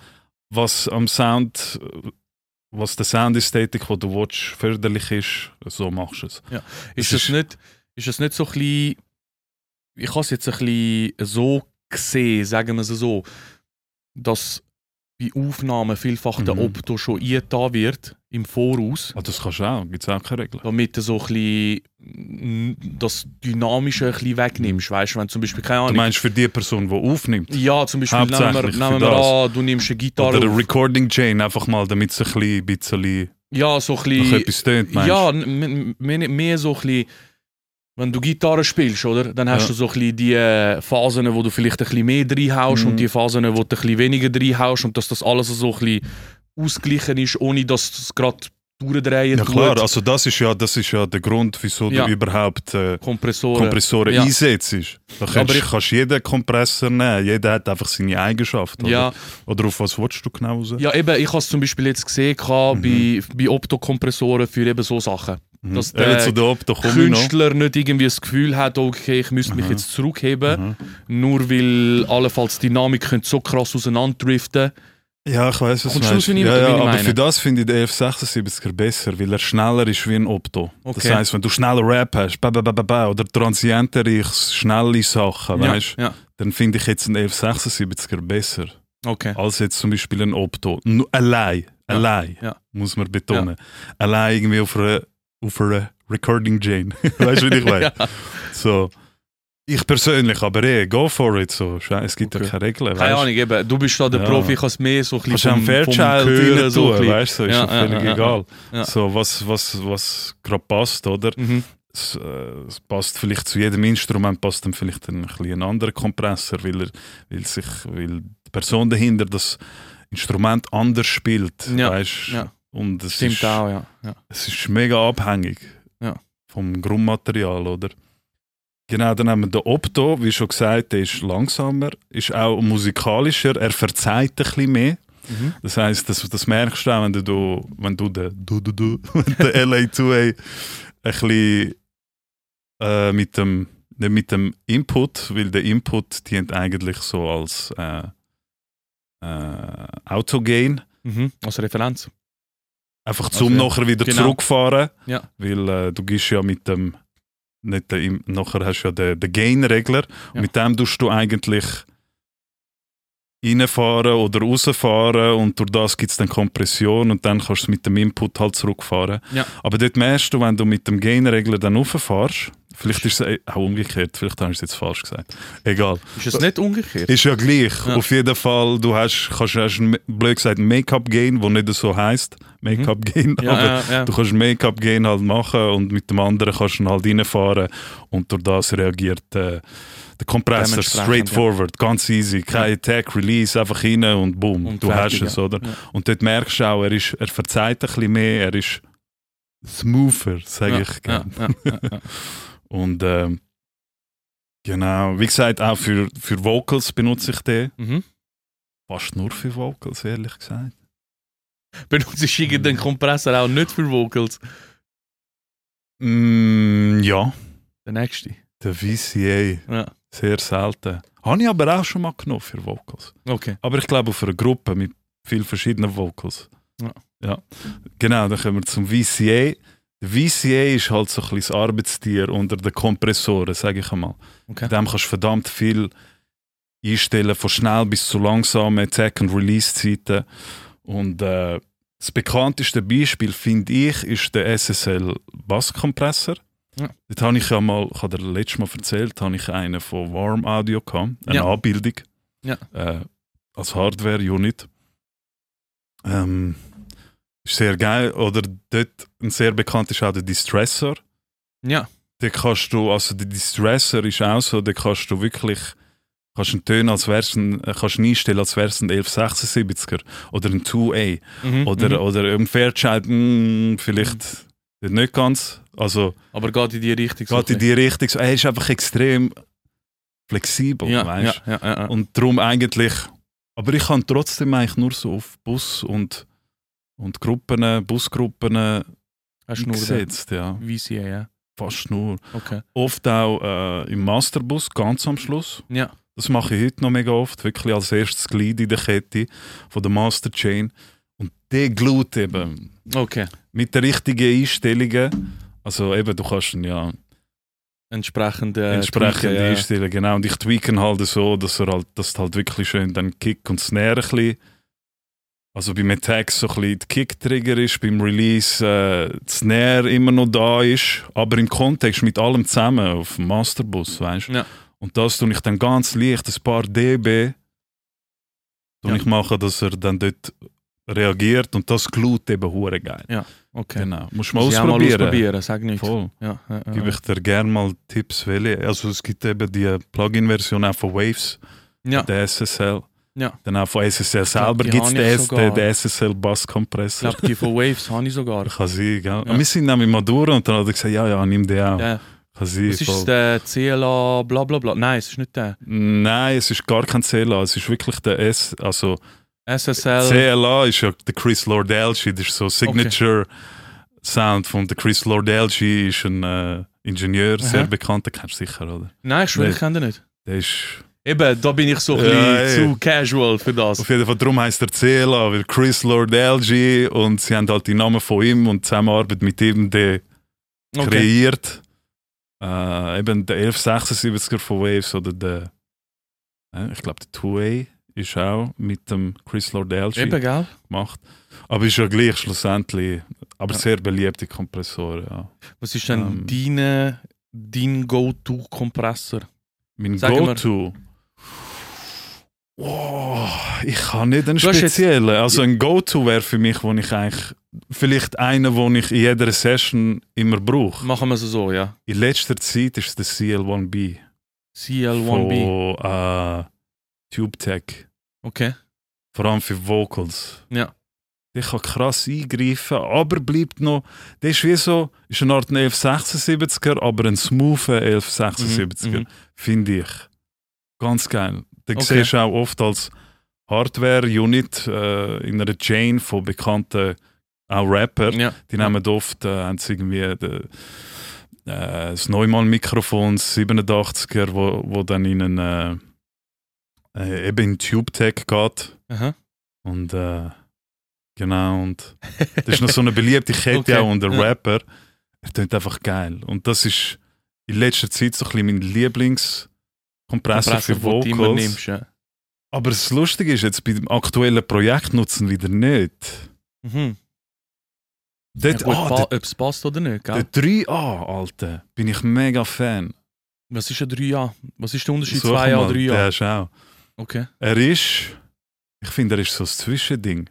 Speaker 1: was am Sound, äh, was der Soundästhetik, die du willst, förderlich ist, so machst du es.
Speaker 2: Ist
Speaker 1: Das
Speaker 2: das
Speaker 1: ist-
Speaker 2: nicht, ist das nicht so ein bisschen, ich habe es jetzt ein bisschen so gesehen, sagen wir es so, dass bei Aufnahmen vielfach der
Speaker 1: Mhm.
Speaker 2: Opto schon eingetan wird im Voraus,
Speaker 1: Ah, das kannst du auch, gibt es auch keine Regeln.
Speaker 2: damit du so ein bisschen mm, das Dynamische ein bisschen wegnimmst, weißt du, wenn zum Beispiel, keine
Speaker 1: Du
Speaker 2: Ahnung,
Speaker 1: meinst für die Person, die aufnimmt?
Speaker 2: ja, zum Beispiel nehmen wir,
Speaker 1: Hauptsächlich für
Speaker 2: nehmen wir an, du nimmst eine Gitarre,
Speaker 1: Oder eine
Speaker 2: auf.
Speaker 1: Recording Chain, einfach mal, damit es ein bisschen, ein bisschen
Speaker 2: ja, so ein
Speaker 1: nach
Speaker 2: bisschen,
Speaker 1: etwas tönt, meinst
Speaker 2: Ja, n- m- mehr, mehr so ein bisschen, wenn du Gitarre spielst, oder? Dann hast
Speaker 1: Ja.
Speaker 2: du so ein bisschen die äh, Phasen, wo du vielleicht ein bisschen mehr reinhaust
Speaker 1: Mhm.
Speaker 2: und die Phasen, wo du ein bisschen weniger reinhaust und dass das alles so ein bisschen ausgeglichen ist, ohne dass es gerade durchdrehen
Speaker 1: Ja
Speaker 2: tut.
Speaker 1: klar, also das ist ja, das ist ja der Grund, wieso
Speaker 2: Ja.
Speaker 1: du überhaupt äh,
Speaker 2: Kompressoren.
Speaker 1: Kompressoren
Speaker 2: Ja.
Speaker 1: einsetzt. Da kannst,
Speaker 2: Aber ich-
Speaker 1: kannst jeden Kompressor nehmen, jeder hat einfach seine Eigenschaften. Oder?
Speaker 2: ja,
Speaker 1: oder auf was willst du genau raus?
Speaker 2: ja, eben, ich habe es zum Beispiel jetzt gesehen mhm. bei, bei Optokompressoren für eben so Sachen.
Speaker 1: Mhm.
Speaker 2: dass
Speaker 1: Eben
Speaker 2: der
Speaker 1: zu der Opto komme ich noch.
Speaker 2: Künstler nicht irgendwie das Gefühl hat, okay, ich müsste mich
Speaker 1: Aha.
Speaker 2: jetzt zurückheben,
Speaker 1: Mhm.
Speaker 2: nur weil allenfalls die Dynamik könnte so krass auseinanderdriften
Speaker 1: Ja, ich weiß es
Speaker 2: Kommst du raus, wie ich-
Speaker 1: ja,
Speaker 2: wie ich
Speaker 1: ja, aber
Speaker 2: meine?
Speaker 1: für das finde ich den F76er besser, weil er schneller ist wie ein Opto.
Speaker 2: Okay.
Speaker 1: Das heißt, wenn du schneller Rap hast, ba, ba, ba, ba, ba, oder transientere, schnelle Sachen,
Speaker 2: Ja,
Speaker 1: weißt,
Speaker 2: ja.
Speaker 1: dann finde ich jetzt einen F76er besser
Speaker 2: Okay.
Speaker 1: als jetzt zum Beispiel ein Opto. Nu- Allein,
Speaker 2: Ja,
Speaker 1: allein,
Speaker 2: ja.
Speaker 1: muss man betonen. Allein irgendwie auf einer, auf einer Recording Chain. weißt du, wie ich meine?
Speaker 2: Ja.
Speaker 1: So. Ich persönlich, aber eh, go for it. So. Schei- Es gibt
Speaker 2: Okay.
Speaker 1: ja keine Regeln. weißt
Speaker 2: Keine Ahnung, eben, du bist da der
Speaker 1: Ja.
Speaker 2: Profi, ich kann es mehr so Also ein bisschen
Speaker 1: Kannst du auch einen Fairchild
Speaker 2: Hören,
Speaker 1: rein
Speaker 2: so
Speaker 1: tun,
Speaker 2: ein bisschen.
Speaker 1: weißt du, ist
Speaker 2: Ja,
Speaker 1: ja,
Speaker 2: ja,
Speaker 1: völlig
Speaker 2: ja, ja.
Speaker 1: egal.
Speaker 2: Ja.
Speaker 1: So, was, was, was gerade passt, oder?
Speaker 2: Mhm.
Speaker 1: es, äh, es passt vielleicht zu jedem Instrument passt dann vielleicht ein, bisschen ein anderer Kompressor, weil, er, weil, sich, weil die Person dahinter das Instrument anders spielt.
Speaker 2: Ja,
Speaker 1: Weißt?
Speaker 2: ja.
Speaker 1: Und es
Speaker 2: Stimmt
Speaker 1: ist,
Speaker 2: auch, ja. ja.
Speaker 1: es ist mega abhängig
Speaker 2: Ja.
Speaker 1: vom Grundmaterial, oder? Genau, dann haben wir den Opto, wie schon gesagt, der ist langsamer, ist auch musikalischer, er verzeiht ein bisschen mehr.
Speaker 2: Mhm.
Speaker 1: Das heisst, das, das merkst du auch, wenn du, wenn du den, du, du, du, wenn der LA2A ein bisschen äh, mit, dem, nicht mit dem Input, weil der Input dient eigentlich so als äh, äh, Autogain,
Speaker 2: Mhm. Als Referenz.
Speaker 1: einfach zum
Speaker 2: Also, ja.
Speaker 1: nachher wieder
Speaker 2: Genau.
Speaker 1: zurückfahren,
Speaker 2: Ja.
Speaker 1: weil äh, du gehst ja mit dem, nicht den, Im- nachher hast du ja den, den Gain-Regler
Speaker 2: Ja.
Speaker 1: und mit dem tust du eigentlich reinfahren oder rausfahren und durch das gibt es dann Kompression und dann kannst du es mit dem Input halt zurückfahren.
Speaker 2: Ja.
Speaker 1: Aber dort merkst du, wenn du mit dem Gain-Regler dann rauffährst, vielleicht ist es e, auch umgekehrt, vielleicht habe ich es jetzt falsch gesagt. Egal.
Speaker 2: Ist es nicht umgekehrt?
Speaker 1: Ist ja gleich.
Speaker 2: Ja.
Speaker 1: Auf jeden Fall, du hast, kannst, hast einen, blöd gesagt, Make-up-Gain, wo nicht so heißt Make-up-Gain, aber
Speaker 2: ja, ja, ja.
Speaker 1: du kannst Make-up-Gain halt machen und mit dem anderen kannst du ihn halt reinfahren und durch das reagiert äh, der Kompressor
Speaker 2: Dementsprechend,
Speaker 1: straightforward, ganz easy, kein Attack, Release, einfach rein und boom,
Speaker 2: Und
Speaker 1: du
Speaker 2: fertig,
Speaker 1: hast es,
Speaker 2: ja.
Speaker 1: oder?
Speaker 2: Ja.
Speaker 1: Und dort merkst du auch, er, ist, er verzeiht ein bisschen mehr, er ist smoother, sage
Speaker 2: ja,
Speaker 1: ich gerne.
Speaker 2: ja, ja, ja, ja.
Speaker 1: Und ähm, genau, wie gesagt, auch für, für Vocals benutze ich den.
Speaker 2: Mhm.
Speaker 1: Fast nur für Vocals, ehrlich gesagt.
Speaker 2: Benutzt du irgendeinen Kompressor auch nicht für Vocals?
Speaker 1: Mm, ja,
Speaker 2: Der nächste.
Speaker 1: der VCA,
Speaker 2: Ja.
Speaker 1: sehr selten. Habe ich aber auch schon mal genommen für Vocals.
Speaker 2: Okay.
Speaker 1: Aber ich glaube auf einer Gruppe mit vielen verschiedenen Vocals.
Speaker 2: Ja.
Speaker 1: ja. Genau, dann kommen wir zum VCA. Der VCA ist halt so ein bisschen das Arbeitstier unter den Kompressoren, sage ich einmal.
Speaker 2: okay.
Speaker 1: Mit dem kannst du verdammt viel einstellen, von schnell bis zu langsam, Attack- und Release-Zeiten. Und äh, das bekannteste Beispiel, finde ich, ist der SSL Basskompressor.
Speaker 2: Ja.
Speaker 1: Dort habe ich ja mal, ich habe dir letztes Mal erzählt, habe ich einen von Warm Audio gehabt, eine
Speaker 2: Ja.
Speaker 1: Anbildung.
Speaker 2: Ja.
Speaker 1: Äh, als Hardware-Unit. Ähm, ist sehr geil. Oder dort ein sehr bekannt ist auch der Distressor
Speaker 2: Ja.
Speaker 1: dann kannst du, also der Distressor ist auch so, dann kannst du wirklich kannst einen Ton als wär's ein, äh, kannst ihn einstellen, als wär's ein 1176er oder ein 2A
Speaker 2: Mhm.
Speaker 1: oder,
Speaker 2: mhm.
Speaker 1: oder ein Fairchild, mm, vielleicht nicht ganz, also
Speaker 2: Aber geht in die Richtung. so
Speaker 1: geht in
Speaker 2: ein bisschen.
Speaker 1: die Richtung, so, er ist einfach extrem flexibel,
Speaker 2: Ja,
Speaker 1: weißt
Speaker 2: ja, ja, ja, ja.
Speaker 1: und darum eigentlich, aber ich kann trotzdem eigentlich nur so auf Bus und, und Gruppen, Busgruppen
Speaker 2: Hast du nur den
Speaker 1: gesetzt, ja,
Speaker 2: VCA, ja.
Speaker 1: fast nur.
Speaker 2: Okay.
Speaker 1: oft auch äh, im Masterbus, ganz am Schluss.
Speaker 2: Ja.
Speaker 1: Das mache ich heute noch mega oft, wirklich als erstes Glied in der Kette von der Masterchain. Und der glut eben
Speaker 2: Okay.
Speaker 1: mit den richtigen Einstellungen. Also eben, du kannst ihn ja
Speaker 2: Entsprechend. Äh,
Speaker 1: entsprechend
Speaker 2: tweaken, ja.
Speaker 1: einstellen, genau. Und ich tweak ihn halt so, dass er halt, dass du halt wirklich schön dann Kick und Snare ein bisschen, also beim Attack so ein bisschen die Kick-Trigger ist, beim Release äh, die Snare immer noch da ist, aber im Kontext mit allem zusammen auf dem Masterbus, weißt du.
Speaker 2: Ja.
Speaker 1: Und das tue ich dann ganz leicht, ein paar dB tue
Speaker 2: Ja.
Speaker 1: ich machen, dass er dann dort reagiert und das glut eben hure geil.
Speaker 2: Okay.
Speaker 1: Genau. Musst du mal
Speaker 2: Muss ich auch mal
Speaker 1: ausprobieren.
Speaker 2: ausprobieren, sag nicht.
Speaker 1: Voll
Speaker 2: Ja, ja, ja.
Speaker 1: gebe ich dir gerne mal Tipps, welche. Also es gibt eben die Plugin-Version auch von Waves,
Speaker 2: ja.
Speaker 1: der SSL.
Speaker 2: Ja.
Speaker 1: Dann auch von SSL selber
Speaker 2: die
Speaker 1: gibt es
Speaker 2: habe
Speaker 1: den,
Speaker 2: ich
Speaker 1: S-
Speaker 2: sogar.
Speaker 1: den, den SSL
Speaker 2: Ich
Speaker 1: Basskompressor.
Speaker 2: glaube, die von Waves habe ich sogar.
Speaker 1: Kann sein, gell?
Speaker 2: Ja.
Speaker 1: Wir sind nämlich mal durch und dann hat er gesagt, ja, ja, nimm den auch.
Speaker 2: Ja.
Speaker 1: Kann sein,
Speaker 2: Was ist es,
Speaker 1: voll.
Speaker 2: der CLA bla bla bla? Nein, es ist nicht der.
Speaker 1: Nein, es ist gar kein CLA, es ist wirklich der S, also
Speaker 2: SSL.
Speaker 1: CLA ist ja der Chris Lordelci, das ist so Signature Sound von der Chris Lordelci, ist ein äh, Ingenieur, sehr
Speaker 2: Aha.
Speaker 1: bekannt, den kennst du sicher, oder?
Speaker 2: Nein, ich schwöre, ich
Speaker 1: Nee.
Speaker 2: kenne den nicht.
Speaker 1: Der ist
Speaker 2: Eben, da bin ich so ein
Speaker 1: Ja,
Speaker 2: bisschen
Speaker 1: ey.
Speaker 2: zu casual für das.
Speaker 1: Auf jeden Fall, darum heisst er CLA, weil Chris Lord LG und sie haben halt die Namen von ihm und die Zusammenarbeit mit ihm de
Speaker 2: Okay.
Speaker 1: kreiert. Äh, eben der 1176er von Waves oder der, äh, ich glaube, der 2A ist auch mit dem Chris Lord LG
Speaker 2: Eben, gell?
Speaker 1: gemacht. Aber ist ja gleich schlussendlich, aber
Speaker 2: Ja.
Speaker 1: sehr beliebte Kompressoren. Ja.
Speaker 2: Was ist denn
Speaker 1: Ähm.
Speaker 2: deine, dein Go-To-Kompressor?
Speaker 1: Mein
Speaker 2: Sag mal.
Speaker 1: Go-To. Oh, ich kann nicht einen
Speaker 2: Du hast jetzt-
Speaker 1: speziellen. also ein Go-To wäre für mich, wo ich eigentlich vielleicht einen, den ich in jeder Session immer brauche.
Speaker 2: Machen wir es so, ja.
Speaker 1: In letzter Zeit ist es der CL1B
Speaker 2: CL1B.
Speaker 1: von äh, Tube Tech.
Speaker 2: Okay.
Speaker 1: Vor allem für Vocals.
Speaker 2: Ja.
Speaker 1: Der kann krass eingreifen, aber bleibt noch. Der ist wie so, ist eine Art 1176er, aber ein smoother 1176er,
Speaker 2: Mhm, mhm.
Speaker 1: finde ich. Ganz geil. Den
Speaker 2: Okay.
Speaker 1: siehst du auch oft als Hardware-Unit äh, in einer Chain von bekannten auch Rapper.
Speaker 2: Ja.
Speaker 1: Die nehmen oft äh, haben sie irgendwie de, äh, das Neumann-Mikrofon, das 87er, wo, wo dann in einen, äh, äh, eben in Tube-Tech geht.
Speaker 2: Aha.
Speaker 1: Und äh, genau, und das ist noch so eine beliebte Kette
Speaker 2: Okay,
Speaker 1: auch unter
Speaker 2: ja.
Speaker 1: Rapper. Er tönt einfach geil. Und das ist in letzter Zeit so ein bisschen mein Lieblingskompressor für
Speaker 2: wo du immer
Speaker 1: Vocals.
Speaker 2: nimmst, ja.
Speaker 1: Aber das Lustige ist, jetzt bei dem aktuellen Projekt nutzen wieder nicht.
Speaker 2: Mhm.
Speaker 1: Dort,
Speaker 2: ja, gut,
Speaker 1: ah,
Speaker 2: pa-
Speaker 1: der,
Speaker 2: Ob es passt oder nicht, gell?
Speaker 1: der 3A, Alter, bin ich mega Fan.
Speaker 2: Was ist ein 3A? Was ist der Unterschied
Speaker 1: Such
Speaker 2: 2A
Speaker 1: mal,
Speaker 2: und 3A?
Speaker 1: Der ist auch.
Speaker 2: Okay,
Speaker 1: Er ist, ich finde, er ist so das Zwischending.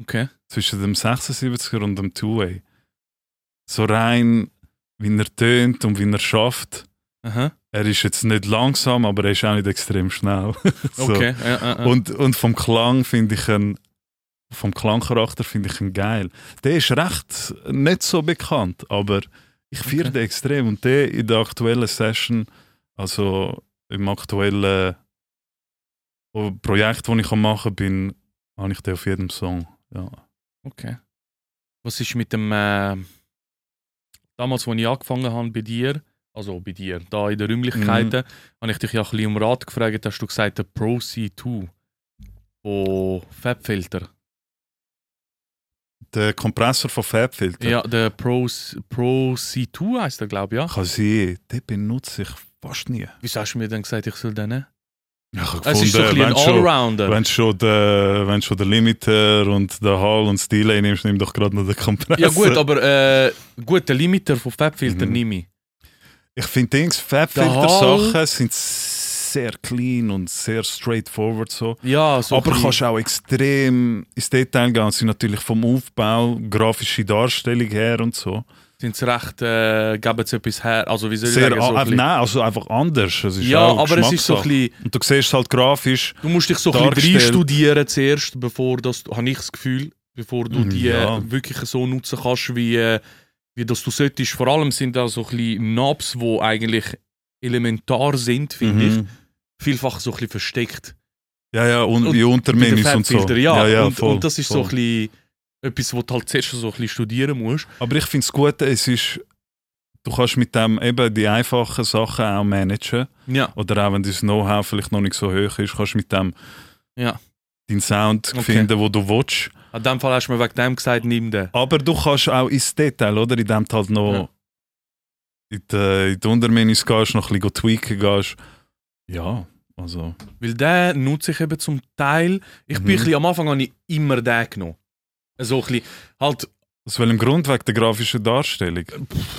Speaker 2: okay.
Speaker 1: zwischen dem 76er und dem Two-Way. So rein, wie er tönt und wie er schafft.
Speaker 2: Aha.
Speaker 1: Er ist jetzt nicht langsam, aber er ist auch nicht extrem schnell. so.
Speaker 2: Okay. Ja, ja, ja.
Speaker 1: und, und vom Klang finde ich ihn, vom Klangcharakter finde ich ihn geil. Der ist recht nicht so bekannt, aber ich feiere
Speaker 2: Okay.
Speaker 1: den extrem. Und der in der aktuellen Session, also im aktuellen Projekt, das ich am machen bin, habe ich den auf jedem Song. Ja.
Speaker 2: okay. Was ist mit dem. Äh, damals, als ich angefangen habe bei dir, also bei dir, da in den Räumlichkeiten,
Speaker 1: Mhm.
Speaker 2: habe ich dich ja ein bisschen um Rat gefragt, hast du gesagt, der Pro C2 von Fabfilter.
Speaker 1: Der Kompressor von Fabfilter.
Speaker 2: Ja, der Pro, C- Pro C2 heißt er, glaube ich, ja.
Speaker 1: Kann sein, den benutze ich fast nie.
Speaker 2: Wieso hast du mir dann gesagt, ich soll den nehmen?
Speaker 1: Ja, ich habe
Speaker 2: Es ist so ein
Speaker 1: gefunden, oh.
Speaker 2: bisschen ein
Speaker 1: wenn schon,
Speaker 2: Allrounder.
Speaker 1: wenn schon der, wenn schon der Limiter und der Hall und das Delay nimmst, nimm doch gerade noch den Kompressor.
Speaker 2: Ja, gut, aber äh, gut, der Limiter von Fabfilter
Speaker 1: Mhm.
Speaker 2: nehme ich.
Speaker 1: ich finde Dings,
Speaker 2: Der Hall-
Speaker 1: Fabfilter-Sachen sind sehr clean und sehr straightforward so.
Speaker 2: Ja, so
Speaker 1: aber
Speaker 2: ein bisschen-
Speaker 1: kannst auch extrem ins Detail gehen. Sie natürlich vom Aufbau, grafische Darstellung her und so.
Speaker 2: sind sie recht, äh, geben sie etwas her. Also, wie soll ich
Speaker 1: Sehr,
Speaker 2: sagen, so ein
Speaker 1: ah,
Speaker 2: bisschen-
Speaker 1: nein, also einfach anders. Es ist
Speaker 2: Ja,
Speaker 1: auch
Speaker 2: aber es ist so ein
Speaker 1: Geschmackssache.
Speaker 2: bisschen,
Speaker 1: Und du siehst es halt grafisch,
Speaker 2: du musst dich so ein bisschen
Speaker 1: Dargestellt.
Speaker 2: reinstudieren zuerst, bevor das, habe ich das Gefühl, bevor du
Speaker 1: Mhm,
Speaker 2: die
Speaker 1: ja.
Speaker 2: äh, wirklich so nutzen kannst, wie, äh, wie das du solltest. Vor allem sind da so ein bisschen Knobs, die eigentlich elementar sind, finde ich.
Speaker 1: Mhm.
Speaker 2: Vielfach so ein bisschen versteckt.
Speaker 1: Ja, ja, und,
Speaker 2: Und
Speaker 1: wie
Speaker 2: bei den
Speaker 1: Untermenüs und so.
Speaker 2: Farbfiltern, Ja, und,
Speaker 1: voll,
Speaker 2: und das ist so
Speaker 1: voll.
Speaker 2: ein bisschen etwas, was du halt zuerst so ein bisschen studieren musst.
Speaker 1: Aber ich finde es gut, es ist, du kannst mit dem eben die einfachen Sachen auch managen.
Speaker 2: Ja,
Speaker 1: Oder auch wenn dein Know-how vielleicht noch nicht so hoch ist, kannst du mit dem
Speaker 2: Ja.
Speaker 1: deinen Sound
Speaker 2: Okay.
Speaker 1: finden, wo du willst.
Speaker 2: in dem Fall hast du mir wegen dem gesagt, nimm den.
Speaker 1: Aber du kannst auch ins Detail, oder? In dem du halt noch
Speaker 2: Ja.
Speaker 1: in die, äh, in die Untermenüs gehst, noch ein bisschen tweaken gehst. Ja, also.
Speaker 2: Weil den nutze ich eben zum Teil. Ich
Speaker 1: Mhm.
Speaker 2: bin ein bisschen, am Anfang habe ich immer den genommen. So ein bisschen, halt,
Speaker 1: Aus welchem Grund? Wegen der grafischen Darstellung?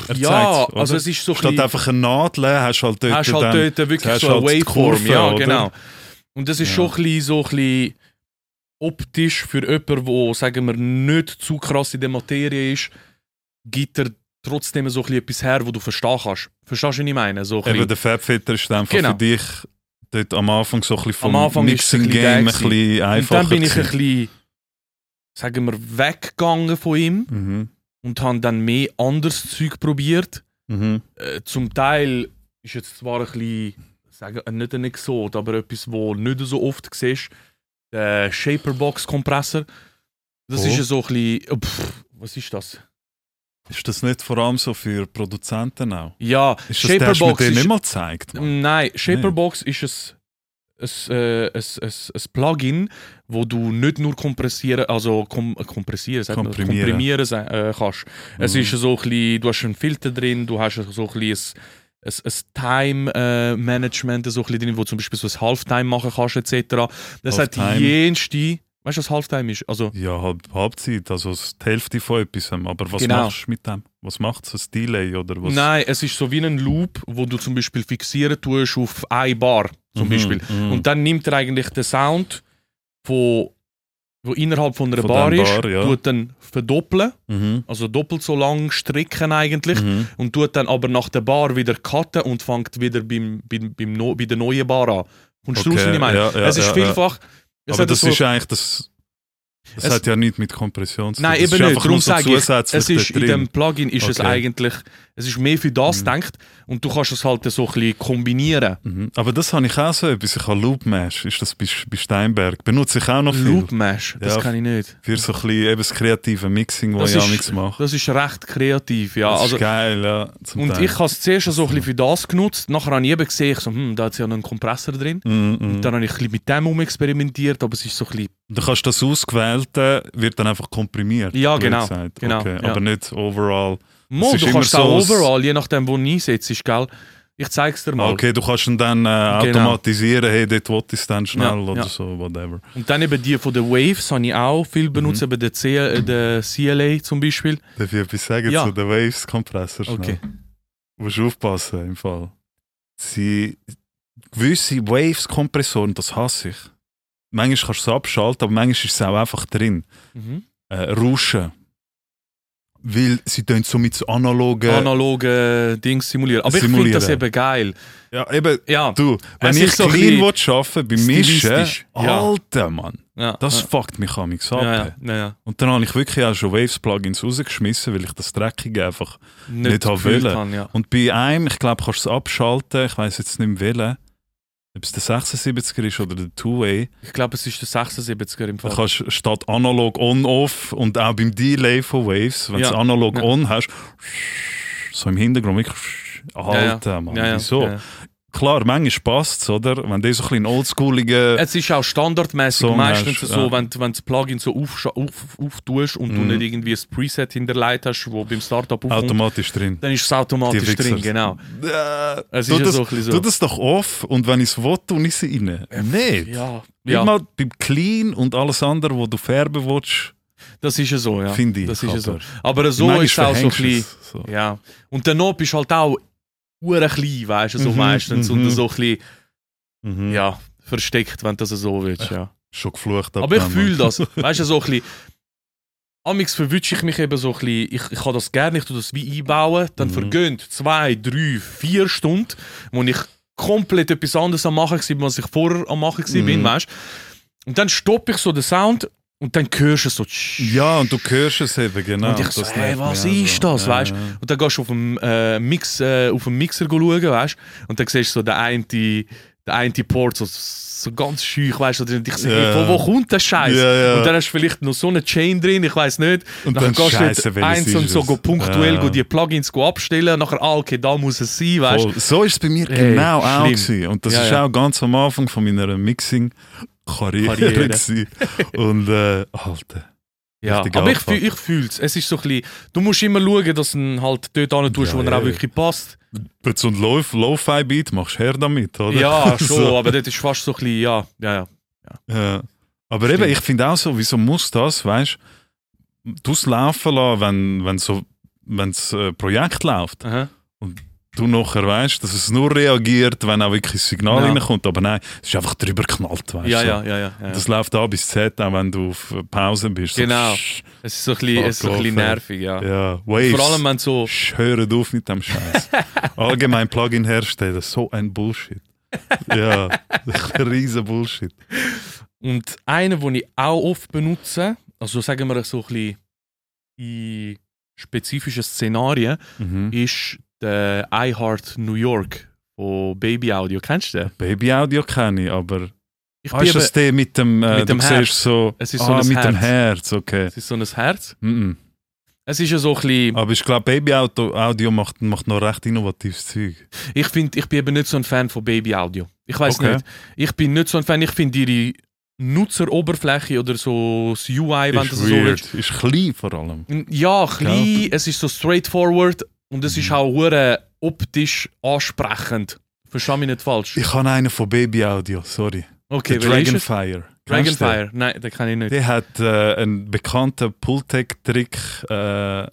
Speaker 1: Er
Speaker 2: ja,
Speaker 1: zeigt's, oder?
Speaker 2: also es ist so ein
Speaker 1: Statt
Speaker 2: bisschen,
Speaker 1: einfach eine Nadel, hast du halt dort
Speaker 2: hast
Speaker 1: dann-
Speaker 2: halt dort wirklich
Speaker 1: hast
Speaker 2: so eine
Speaker 1: halt die
Speaker 2: Waveform,
Speaker 1: Kurve,
Speaker 2: ja,
Speaker 1: oder?
Speaker 2: genau. Und das ist
Speaker 1: Ja.
Speaker 2: schon ein bisschen, so ein bisschen optisch für jemanden, der, sagen wir, nicht zu krass in der Materie ist, gibt er trotzdem so ein bisschen etwas her, wo du verstehen kannst. Verstehst du, was ich meine? So ein
Speaker 1: Eben
Speaker 2: bisschen.
Speaker 1: der Fabfilter ist einfach
Speaker 2: Genau.
Speaker 1: für dich dort am Anfang so ein bisschen vom
Speaker 2: Am Anfang ist es ein
Speaker 1: Mixing
Speaker 2: bisschen
Speaker 1: Game ein
Speaker 2: der gewesen.
Speaker 1: bisschen
Speaker 2: Und
Speaker 1: einfacher.
Speaker 2: dann bin ich ein
Speaker 1: gewesen.
Speaker 2: bisschen, sagen wir, weggegangen von ihm
Speaker 1: mhm.
Speaker 2: und habe dann mehr anderes Zeug probiert.
Speaker 1: Mhm.
Speaker 2: äh, zum Teil ist jetzt zwar ein bisschen, sagen, äh, nicht ein Exot, aber etwas, wo nicht so oft siehst, der Shaperbox-Kompressor. Das
Speaker 1: Oh.
Speaker 2: ist ja so ein bisschen, äh, pff, was ist das?
Speaker 1: Ist das nicht vor allem so für Produzenten auch?
Speaker 2: Ja,
Speaker 1: Ist das der, hast du mir
Speaker 2: Shaperbox
Speaker 1: den nicht
Speaker 2: ist, Mm,
Speaker 1: mal gezeigt? Mann?
Speaker 2: nein, Shaperbox ist ein, ein, äh, ein, ein, ein Plugin, wo du nicht nur kompressieren, also kom äh, kompressieren, sagt man,
Speaker 1: Komprimieren.
Speaker 2: komprimieren se- äh, kannst. Es
Speaker 1: Mhm.
Speaker 2: ist so ein bisschen, du hast einen Filter drin, du hast so ein bisschen ein, ein, ein Time-Management so ein bisschen drin, wo du zum Beispiel so ein Halftime machen kannst, etc. Das hat
Speaker 1: Halftime.
Speaker 2: jenste, weißt du, was Halftime ist? Also,
Speaker 1: Ja, halb, Halbzeit, also die Hälfte von etwas. Aber was
Speaker 2: Genau.
Speaker 1: machst du mit dem? Was macht es? Ein Delay oder was?
Speaker 2: Nein, es ist so wie ein Loop, wo du zum Beispiel fixieren tust auf eine Bar zum
Speaker 1: Mhm,
Speaker 2: Beispiel.
Speaker 1: mhm.
Speaker 2: Und dann nimmt er eigentlich den Sound, wo, wo innerhalb von einer
Speaker 1: Von
Speaker 2: Bar
Speaker 1: dieser
Speaker 2: ist,
Speaker 1: Bar, ja.
Speaker 2: tut dann verdoppeln,
Speaker 1: Mhm.
Speaker 2: also doppelt so lang stricken eigentlich.
Speaker 1: Mhm.
Speaker 2: Und tut dann aber nach der Bar wieder cutten und fängt wieder beim, beim, beim no, bei der neuen Bar an. Und okay,
Speaker 1: Okay,
Speaker 2: was ich meine?
Speaker 1: ja, ja,
Speaker 2: es ist
Speaker 1: ja, ja.
Speaker 2: vielfach. es
Speaker 1: Aber
Speaker 2: hat
Speaker 1: das
Speaker 2: so-
Speaker 1: ist eigentlich das. Das
Speaker 2: Es-
Speaker 1: hat ja nichts mit Kompression zu tun.
Speaker 2: Nein,
Speaker 1: das ist
Speaker 2: eben nicht.
Speaker 1: einfach
Speaker 2: Darum
Speaker 1: nur so
Speaker 2: sage ich,
Speaker 1: zusätzlich
Speaker 2: es ist
Speaker 1: da
Speaker 2: in
Speaker 1: drin.
Speaker 2: dem Plugin ist es
Speaker 1: Okay.
Speaker 2: eigentlich, es ist mehr für das gedacht und du kannst es halt so ein bisschen kombinieren.
Speaker 1: Mhm. Aber das habe ich auch so etwas. Ich habe Loop Mesh, ist das bei, bei Steinberg. Benutze ich auch noch viel.
Speaker 2: Loop Mesh, das
Speaker 1: Ja.
Speaker 2: kann ich nicht.
Speaker 1: Für so ein bisschen eben das kreative Mixing, wo
Speaker 2: Das
Speaker 1: ich auch
Speaker 2: ist-
Speaker 1: nichts mache.
Speaker 2: Das ist recht kreativ, ja.
Speaker 1: das
Speaker 2: Also,
Speaker 1: ist geil, ja. zum
Speaker 2: und
Speaker 1: Teil.
Speaker 2: ich habe es zuerst so ein bisschen für das genutzt, nachher habe ich eben gesehen, ich so, hm, da hat ja noch einen Kompressor drin.
Speaker 1: Mhm, mhm.
Speaker 2: Dann habe ich ein bisschen mit dem experimentiert, aber es ist so ein bisschen,
Speaker 1: Du kannst das Ausgewählte, wird dann einfach komprimiert.
Speaker 2: Ja,
Speaker 1: blöd
Speaker 2: genau,
Speaker 1: gesagt.
Speaker 2: genau,
Speaker 1: Okay,
Speaker 2: ja.
Speaker 1: Aber nicht overall.
Speaker 2: Mo,
Speaker 1: Es ist
Speaker 2: du
Speaker 1: immer
Speaker 2: kannst
Speaker 1: so
Speaker 2: auch
Speaker 1: ein-
Speaker 2: overall, je nachdem, wo du einsetzt, ist, gell? Ich zeig's dir mal.
Speaker 1: Okay, du kannst ihn dann äh, automatisieren, hey, dort will ich es dann schnell
Speaker 2: Genau. Ja,
Speaker 1: oder
Speaker 2: ja.
Speaker 1: so, whatever.
Speaker 2: Und dann eben die von den Waves habe ich auch viel
Speaker 1: Mhm.
Speaker 2: benutzt, eben den, C äh, den CLA zum Beispiel.
Speaker 1: Darf ich etwas sagen
Speaker 2: Ja.
Speaker 1: zu den Waves-Kompressor? schnell?
Speaker 2: Okay.
Speaker 1: Du musst aufpassen im Fall. Sie, gewisse Waves-Kompressoren, das hasse ich. Manchmal kannst du es abschalten, aber manchmal ist es auch einfach drin.
Speaker 2: Mhm.
Speaker 1: Äh, Rauschen. Weil sie tun so mit so analogen.
Speaker 2: Analoge äh, Dings simulieren. Aber ich finde
Speaker 1: Simulieren.
Speaker 2: das eben geil.
Speaker 1: ja, eben,
Speaker 2: Ja.
Speaker 1: du, wenn
Speaker 2: Es
Speaker 1: ich
Speaker 2: ist so ein
Speaker 1: clean
Speaker 2: bisschen
Speaker 1: will arbeiten beim Mischen,
Speaker 2: stilistisch, ja.
Speaker 1: alter Mann,
Speaker 2: ja.
Speaker 1: das
Speaker 2: ja.
Speaker 1: fuckt mich an mich ab.
Speaker 2: ja, ja, ja, ja.
Speaker 1: Und dann habe ich wirklich auch schon Waves-Plugins rausgeschmissen, weil ich das Dreckige einfach. Nicht haben
Speaker 2: gefühlt
Speaker 1: wollen.
Speaker 2: habe, ja.
Speaker 1: Und bei einem, ich glaube, kannst du es abschalten, ich weiß jetzt nicht mehr wählen, ob es der 76er ist oder der Two-Way.
Speaker 2: Ich glaube, es ist der 76er im
Speaker 1: Da
Speaker 2: Fall.
Speaker 1: kannst du statt analog on-off und auch beim Delay von Waves, wenn
Speaker 2: Ja.
Speaker 1: du es analog
Speaker 2: Ja.
Speaker 1: on hast, so im Hintergrund, wirklich, alter Mann, wieso?
Speaker 2: ja, ja.
Speaker 1: Klar, manchmal passt es, oder? Wenn der so ein bisschen oldschooliger.
Speaker 2: Es ist auch standardmäßig
Speaker 1: Song
Speaker 2: meistens
Speaker 1: hast,
Speaker 2: so,
Speaker 1: ja.
Speaker 2: wenn, wenn das Plugin so auftust auf, auftust und
Speaker 1: Mhm.
Speaker 2: du nicht irgendwie ein Preset hinterlegt hast, wo beim Startup aufkommt,
Speaker 1: Automatisch drin.
Speaker 2: dann ist es automatisch
Speaker 1: Die
Speaker 2: drin,
Speaker 1: Wichser.
Speaker 2: genau.
Speaker 1: Äh,
Speaker 2: Es
Speaker 1: tu
Speaker 2: ist ja
Speaker 1: das-
Speaker 2: so ein bisschen
Speaker 1: Tu
Speaker 2: so.
Speaker 1: das doch off und wenn ich es will, tu ich es rein. Nicht!
Speaker 2: Ja,
Speaker 1: Nicht
Speaker 2: ja.
Speaker 1: mal beim Clean und alles andere, wo du färben willst,
Speaker 2: das ist ja so, ja.
Speaker 1: finde ich.
Speaker 2: Das ist ja so.
Speaker 1: aber
Speaker 2: Aber so
Speaker 1: manchmal
Speaker 2: ist es auch so ein
Speaker 1: verhängst du
Speaker 2: bisschen.
Speaker 1: es so.
Speaker 2: Ja. Und der Nob ist halt auch hure klein, weißt du, so
Speaker 1: Mhm,
Speaker 2: meistens.
Speaker 1: mhm.
Speaker 2: Und so ein bisschen,
Speaker 1: Mhm.
Speaker 2: ja, versteckt, wenn du das so willst, ja.
Speaker 1: Schon geflucht. ab
Speaker 2: Aber ich
Speaker 1: dem
Speaker 2: fühle
Speaker 1: Moment.
Speaker 2: das, weißt du, so ein bisschen. Amix verwünsche ich mich eben so ein bisschen, ich, ich kann das gerne, ich tue das wie einbauen, dann
Speaker 1: Mhm.
Speaker 2: vergönnt zwei, drei, vier Stunden, wo ich komplett etwas anderes am machen war, als ich vorher am machen war,
Speaker 1: Mhm.
Speaker 2: weißt du. Und dann stoppe ich so den Sound und dann hörst du so, tsch.
Speaker 1: Ja, und du hörst es eben, genau.
Speaker 2: Und ich so,
Speaker 1: das
Speaker 2: hey,
Speaker 1: nervt
Speaker 2: was
Speaker 1: mich
Speaker 2: ist
Speaker 1: auch so.
Speaker 2: das, weißt
Speaker 1: Ja, ja.
Speaker 2: Und dann gehst du auf dem äh, Mix, äh, auf dem Mixer go schauen, weißt Und dann siehst du so den einen, den einen Port so, so ganz schüch, weißt du? Und ich sag,
Speaker 1: Ja.
Speaker 2: hey, von wo kommt der Scheiß?
Speaker 1: Ja, ja.
Speaker 2: Und dann hast du vielleicht noch so eine Chain drin, ich weiß nicht.
Speaker 1: Und
Speaker 2: Nachher
Speaker 1: dann
Speaker 2: gehst du
Speaker 1: Scheisse,
Speaker 2: jetzt
Speaker 1: welches
Speaker 2: einzeln
Speaker 1: ist
Speaker 2: so
Speaker 1: es?
Speaker 2: go punktuell
Speaker 1: Ja.
Speaker 2: go die Plugins go abstellen. Nachher, ah, okay, da muss es sein, weißt
Speaker 1: Voll. So ist es bei mir
Speaker 2: Ey,
Speaker 1: genau auch.
Speaker 2: schlimm.
Speaker 1: Gewesen. Und das
Speaker 2: Ja,
Speaker 1: ist
Speaker 2: ja.
Speaker 1: auch ganz am Anfang von meiner Mixing-Karriere.
Speaker 2: Karriere.
Speaker 1: gewesen. und, äh, Alter.
Speaker 2: Ja,
Speaker 1: Richtig
Speaker 2: aber ich,
Speaker 1: abfuck.
Speaker 2: fühl- ich fühle es. Es ist so ein bisschen, du musst immer schauen, dass du ihn halt dort hin tust,
Speaker 1: Ja,
Speaker 2: wo er
Speaker 1: ja.
Speaker 2: auch wirklich passt.
Speaker 1: Wenn du so ein Lo- Lo-Fi-Beat machst, her damit, oder?
Speaker 2: Ja, schon,
Speaker 1: So.
Speaker 2: aber dort ist fast so ein bisschen, ja, ja, ja.
Speaker 1: Ja. Äh, Aber
Speaker 2: Stimmt.
Speaker 1: eben, ich finde auch so, wieso muss das, weißt du, du's laufen lassen, wenn, wenn so, wenn's äh, Projekt läuft.
Speaker 2: Aha.
Speaker 1: Du nachher weißt, dass es nur reagiert, wenn auch wirklich das Signal
Speaker 2: Ja.
Speaker 1: reinkommt. Aber nein, es ist einfach drüber geknallt, weißt du.
Speaker 2: Ja,
Speaker 1: so.
Speaker 2: ja, ja, ja. ja.
Speaker 1: Das läuft A bis Z, auch wenn du auf äh, Pause bist.
Speaker 2: Genau.
Speaker 1: So, psch,
Speaker 2: Es ist so ein bisschen,
Speaker 1: Fuck
Speaker 2: es ist so ein
Speaker 1: off,
Speaker 2: bisschen
Speaker 1: ey.
Speaker 2: nervig, ja.
Speaker 1: ja, Waves.
Speaker 2: Vor allem, wenn so.
Speaker 1: Psch, Hört auf mit dem Scheiß. Allgemein Plugin herstellen, so ein Bullshit. ja, riesen Bullshit.
Speaker 2: Und einen, den ich auch oft benutze, also sagen wir so ein bisschen in spezifischen Szenarien,
Speaker 1: Mhm.
Speaker 2: ist der iHeart New York von Baby Audio. Kennst du den?
Speaker 1: Baby Audio kenne ich, aber
Speaker 2: Ich
Speaker 1: Ah, ist
Speaker 2: bin eben-
Speaker 1: das der mit dem, äh,
Speaker 2: Mit dem
Speaker 1: du
Speaker 2: Herz.
Speaker 1: siehst so,
Speaker 2: Es ist
Speaker 1: ah,
Speaker 2: so ein
Speaker 1: mit dem
Speaker 2: Herz.
Speaker 1: Herz, okay.
Speaker 2: es ist so ein Herz.
Speaker 1: Mm
Speaker 2: Es ist ja so ein
Speaker 1: -mm.
Speaker 2: bisschen.
Speaker 1: Aber ich glaube, Baby Auto, Audio macht, macht noch recht innovatives Zeug.
Speaker 2: Ich, find, ich bin eben nicht so ein Fan von Baby Audio. Ich weiß
Speaker 1: Ah. Okay.
Speaker 2: nicht. Ich bin nicht so ein Fan. Ich finde ihre Nutzeroberfläche oder so das UI, wenn du
Speaker 1: ist
Speaker 2: es so willst,
Speaker 1: ist klein vor allem.
Speaker 2: Ja, klein, es ist so straightforward und es ist
Speaker 1: Mhm.
Speaker 2: auch hure optisch ansprechend. Versteh mich nicht falsch.
Speaker 1: Ich habe einen von Baby Audio, sorry.
Speaker 2: Okay,
Speaker 1: der
Speaker 2: wer ist es?
Speaker 1: Dragonfire. Kennst du den?
Speaker 2: Dragonfire. Nein,
Speaker 1: eh,
Speaker 2: den kann ich nicht.
Speaker 1: Der hat äh, einen bekannten Pulltech-Trick äh,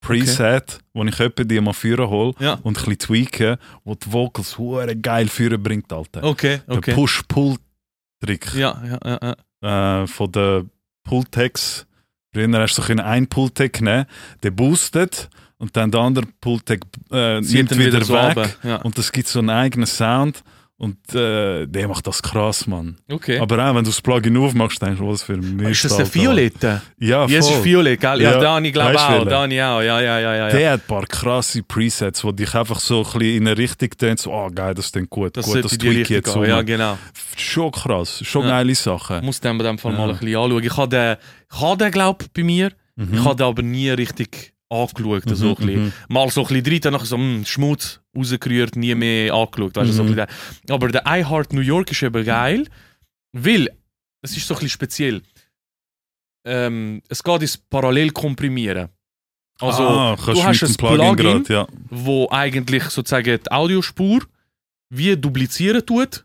Speaker 1: Preset, wo ich jemanden die mal führen hole
Speaker 2: Ja.
Speaker 1: und ein bisschen tweaken, wo die Vocals hure geil führen bringt, Alter.
Speaker 2: Okay,
Speaker 1: Der
Speaker 2: okay.
Speaker 1: Push-Pull-Trick
Speaker 2: Ja, ja, ja, ja.
Speaker 1: äh, von den Pull-Tags. Früher hast du so können einen Pull-Tag nehmen, der boostet und dann der andere Pull-Tag äh,
Speaker 2: Zieht
Speaker 1: nimmt
Speaker 2: ihn
Speaker 1: wieder, weg.
Speaker 2: runter. Ja.
Speaker 1: Und es gibt so einen eigenen Sound und äh, der macht das krass, Mann.
Speaker 2: Okay.
Speaker 1: Aber auch wenn du das Plugin aufmachst, denkst du, was für ein Mist.
Speaker 2: ist das der
Speaker 1: Alter.
Speaker 2: Violette?
Speaker 1: Ja,
Speaker 2: Ja, es ist
Speaker 1: Ah, voll.
Speaker 2: Violette, gell? Ja,
Speaker 1: Ja,
Speaker 2: Dani, glaube ich
Speaker 1: weisst
Speaker 2: auch.
Speaker 1: welche?
Speaker 2: Dani auch, ja, ja, ja, ja. ja.
Speaker 1: Der hat ein paar krasse Presets, die dich einfach so ein bisschen in eine Richtung tun, so, ah geil, das klingt gut,
Speaker 2: Das
Speaker 1: gut,
Speaker 2: sollte
Speaker 1: das
Speaker 2: in die
Speaker 1: tweak
Speaker 2: Richtung
Speaker 1: jetzt
Speaker 2: gehen.
Speaker 1: so.
Speaker 2: Ja, genau.
Speaker 1: Schon krass, schon
Speaker 2: Ja.
Speaker 1: geile Sachen.
Speaker 2: muss den in dem Fall
Speaker 1: Ja.
Speaker 2: mal ein bisschen anschauen. Ich habe den, ich habe den glaube ich, bei mir.
Speaker 1: Mhm.
Speaker 2: Ich habe den aber nie richtig angeschaut. so ein bisschen.
Speaker 1: mhm.
Speaker 2: Mal so ein bisschen drin, dann nachher so mh, Schmutz rausgerührt, nie mehr angeschaut. Weißt, du, so ein
Speaker 1: Mhm.
Speaker 2: bisschen der. Aber der I Heart New York ist eben geil, weil es ist so ein bisschen speziell. Ähm, es geht ins Parallelkomprimieren. Also,
Speaker 1: ah, kannst
Speaker 2: du hast
Speaker 1: mit
Speaker 2: ein
Speaker 1: dem Plugin,
Speaker 2: Plugin.
Speaker 1: grad, ja.
Speaker 2: wo eigentlich sozusagen die Audiospur wie duplizieren tut.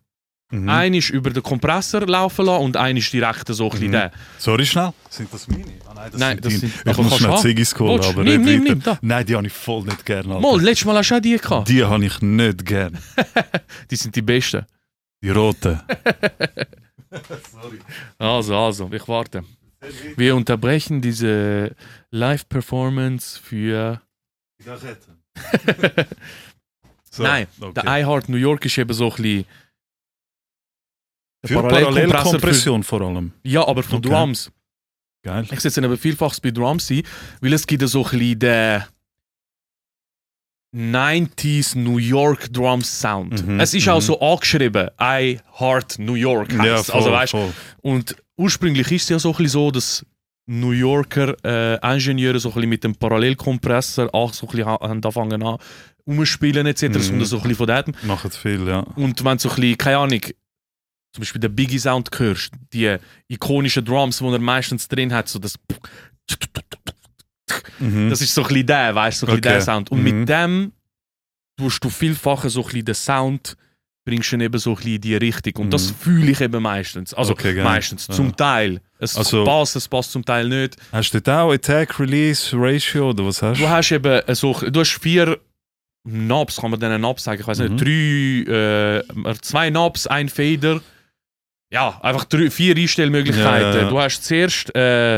Speaker 1: Mhm.
Speaker 2: Einen ist über den Kompressor laufen lassen und einen ist direkt so ein bisschen
Speaker 1: Mhm.
Speaker 2: der.
Speaker 1: Sorry, schnell. Sind das meine? Ah, nein, das
Speaker 2: Nein,
Speaker 1: sind
Speaker 2: das
Speaker 1: deine.
Speaker 2: sind-
Speaker 1: Ich
Speaker 2: aber
Speaker 1: muss
Speaker 2: kannst
Speaker 1: schnell
Speaker 2: haben.
Speaker 1: Ziggis holen,
Speaker 2: Willst du?
Speaker 1: aber
Speaker 2: Nimm,
Speaker 1: nicht
Speaker 2: nimm,
Speaker 1: weiter.
Speaker 2: nimm, da.
Speaker 1: Nein, die habe ich voll nicht gern. Alter.
Speaker 2: Mal, letztes Mal hast du auch die gehabt.
Speaker 1: Die habe ich nicht gern.
Speaker 2: Die sind die besten.
Speaker 1: Die roten. Sorry.
Speaker 2: Also, also, ich warte. Wir unterbrechen diese Live-Performance für.
Speaker 1: So,
Speaker 2: Nein,
Speaker 1: okay.
Speaker 2: Der iHeart New York ist eben so ein bisschen.
Speaker 1: Für
Speaker 2: Parallelkompression
Speaker 1: Parallelkompression vor allem.
Speaker 2: Ja, aber von
Speaker 1: Okay.
Speaker 2: Drums.
Speaker 1: Geil.
Speaker 2: Ich setze ihn aber vielfach bei Drums ein, weil es gibt so ein bisschen den 90s New York Drum Sound.
Speaker 1: Mhm,
Speaker 2: es ist auch
Speaker 1: mhm.
Speaker 2: so angeschrieben, I Heart New York. heisst. also weißt
Speaker 1: voll.
Speaker 2: Und ursprünglich ist es ja so ein bisschen so, dass New Yorker äh, Ingenieure so ein bisschen mit dem Parallelkompressor auch so ein bisschen ha- haben angefangen an umspielen etc.
Speaker 1: Mhm.
Speaker 2: Und um so ein bisschen von dem.
Speaker 1: Machen viel, ja.
Speaker 2: Und wenn du so ein bisschen, keine Ahnung, zum Beispiel den Biggie Sound hörst, die ikonischen Drums, die er meistens drin hat, so das
Speaker 1: Mhm.
Speaker 2: das ist so ein bisschen der, weißt du, so ein bisschen
Speaker 1: Okay.
Speaker 2: der Sound. Und
Speaker 1: Mhm.
Speaker 2: mit dem tust du vielfach so ein bisschen den Sound, bringst ihn eben so ein bisschen in die Richtung. Und das
Speaker 1: Mhm.
Speaker 2: fühle ich eben meistens. Also
Speaker 1: Okay, geil.
Speaker 2: meistens,
Speaker 1: Ja.
Speaker 2: zum Teil. Es
Speaker 1: Also-
Speaker 2: passt, es passt zum Teil nicht.
Speaker 1: Hast du da auch Attack-Release-Ratio oder was hast
Speaker 2: Du hast eben äh, so, du hast vier Knobs, kann man denen Knobs sagen? Ich weiß
Speaker 1: Mhm.
Speaker 2: nicht, drei, äh, zwei Knobs, ein Fader. Ja, einfach drei, vier Einstellmöglichkeiten.
Speaker 1: Ja, ja, ja.
Speaker 2: Du hast zuerst, äh,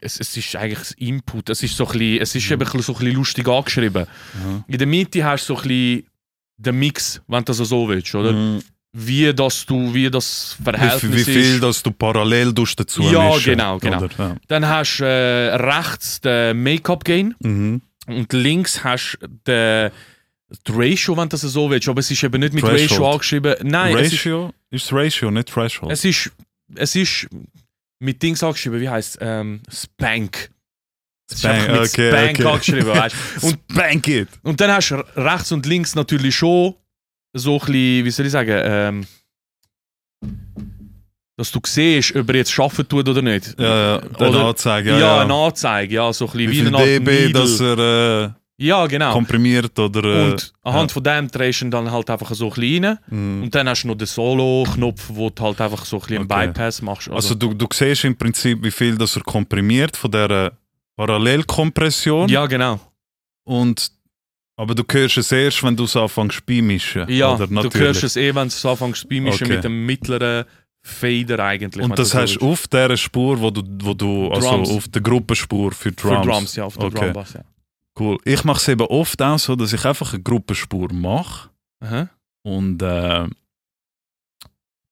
Speaker 2: es, es ist eigentlich das Input, es ist so ein bisschen, es ist
Speaker 1: Mhm.
Speaker 2: eben ein bisschen- so ein bisschen lustig angeschrieben.
Speaker 1: Mhm.
Speaker 2: In der Mitte hast du so ein bisschen den Mix, wenn du das so willst, oder?
Speaker 1: Mhm.
Speaker 2: Wie das du, wie das
Speaker 1: Wie,
Speaker 2: Verhältnis
Speaker 1: viel- wie viel,
Speaker 2: ist.
Speaker 1: dass du parallel tust dazu
Speaker 2: Ja,
Speaker 1: mischen,
Speaker 2: genau, genau.
Speaker 1: Oder, ja.
Speaker 2: Dann hast du äh, rechts den Make-up-Gain.
Speaker 1: Mhm.
Speaker 2: Und links hast du den die Ratio, wenn du das so willst. Aber es ist eben nicht mit
Speaker 1: Threshold.
Speaker 2: Ratio angeschrieben. Nein, Ah, es ist,
Speaker 1: Ratio ist, Ratio, nicht Threshold.
Speaker 2: es, ist, es ist mit Dings angeschrieben, wie heißt es? Ähm, Spank. Es ist
Speaker 1: Spank,
Speaker 2: einfach mit
Speaker 1: okay,
Speaker 2: Spank
Speaker 1: okay.
Speaker 2: angeschrieben, weißt du? Und,
Speaker 1: bank it!
Speaker 2: und dann hast du rechts und links natürlich schon so ein bisschen, wie soll ich sagen, ähm, dass du siehst, ob er jetzt arbeiten tut oder nicht.
Speaker 1: Ja, ja, eine
Speaker 2: Oder-
Speaker 1: Anzeige.
Speaker 2: Ja,
Speaker 1: Ja, ja.
Speaker 2: eine Anzeige, ja, so ein bisschen
Speaker 1: Wie
Speaker 2: wie
Speaker 1: viel
Speaker 2: eine Art
Speaker 1: dB,
Speaker 2: Needle.
Speaker 1: dass er
Speaker 2: Ja,
Speaker 1: äh,
Speaker 2: genau.
Speaker 1: komprimiert oder...
Speaker 2: Und anhand von dem drehst du ihn dann halt einfach so ein bisschen rein.
Speaker 1: äh, mhm.
Speaker 2: Und dann hast du noch den Solo-Knopf, wo du halt einfach so ein bisschen
Speaker 1: Okay.
Speaker 2: einen Bypass machst.
Speaker 1: Also du, du siehst im Prinzip, wie viel das er komprimiert von dieser Parallelkompression.
Speaker 2: ja, genau.
Speaker 1: Und, aber du hörst es erst, wenn du es anfängst beimischen.
Speaker 2: Ja,
Speaker 1: oder?
Speaker 2: du
Speaker 1: Natürlich.
Speaker 2: hörst es eh, wenn du es anfängst zu beimischen
Speaker 1: Okay.
Speaker 2: mit dem mittleren Fader eigentlich. wenn
Speaker 1: Und
Speaker 2: du
Speaker 1: das oh,
Speaker 2: so
Speaker 1: hast
Speaker 2: willst.
Speaker 1: du auf dieser Spur, wo du, wo du also
Speaker 2: Drums.
Speaker 1: auf der Gruppenspur für
Speaker 2: Für
Speaker 1: Drums.
Speaker 2: Drums. ja, auf der
Speaker 1: Okay.
Speaker 2: Drumbass, ja.
Speaker 1: Cool. Ich mache es eben oft auch so, dass ich einfach eine Gruppenspur mache
Speaker 2: Aha.
Speaker 1: und äh,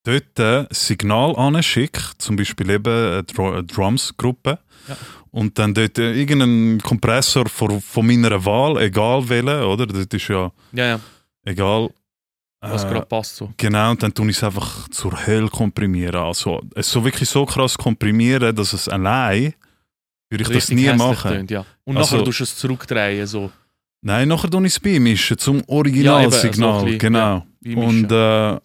Speaker 1: dort ein Signal anschicke, zum Beispiel eben eine Dr- eine Drums-Gruppe.
Speaker 2: Ja.
Speaker 1: Und dann dort äh, irgendeinen Kompressor von, von meiner Wahl, egal welchen, oder? Das ist ja
Speaker 2: Ja, ja,
Speaker 1: egal.
Speaker 2: was
Speaker 1: Äh,
Speaker 2: gerade passt so.
Speaker 1: Genau, und dann tun ich es einfach zur Hölle komprimieren. Also, es so wirklich so krass komprimieren, dass es allein würde ich das
Speaker 2: Richtig
Speaker 1: nie
Speaker 2: hässlich
Speaker 1: machen.
Speaker 2: tönt, ja. Und
Speaker 1: Also-
Speaker 2: nachher tust du es zurückdrehen, so.
Speaker 1: Nein, nachher tun ich es beimischen zum
Speaker 2: Ja, eben, so ein
Speaker 1: Originalsignal.
Speaker 2: bisschen,
Speaker 1: genau.
Speaker 2: Wie
Speaker 1: und äh,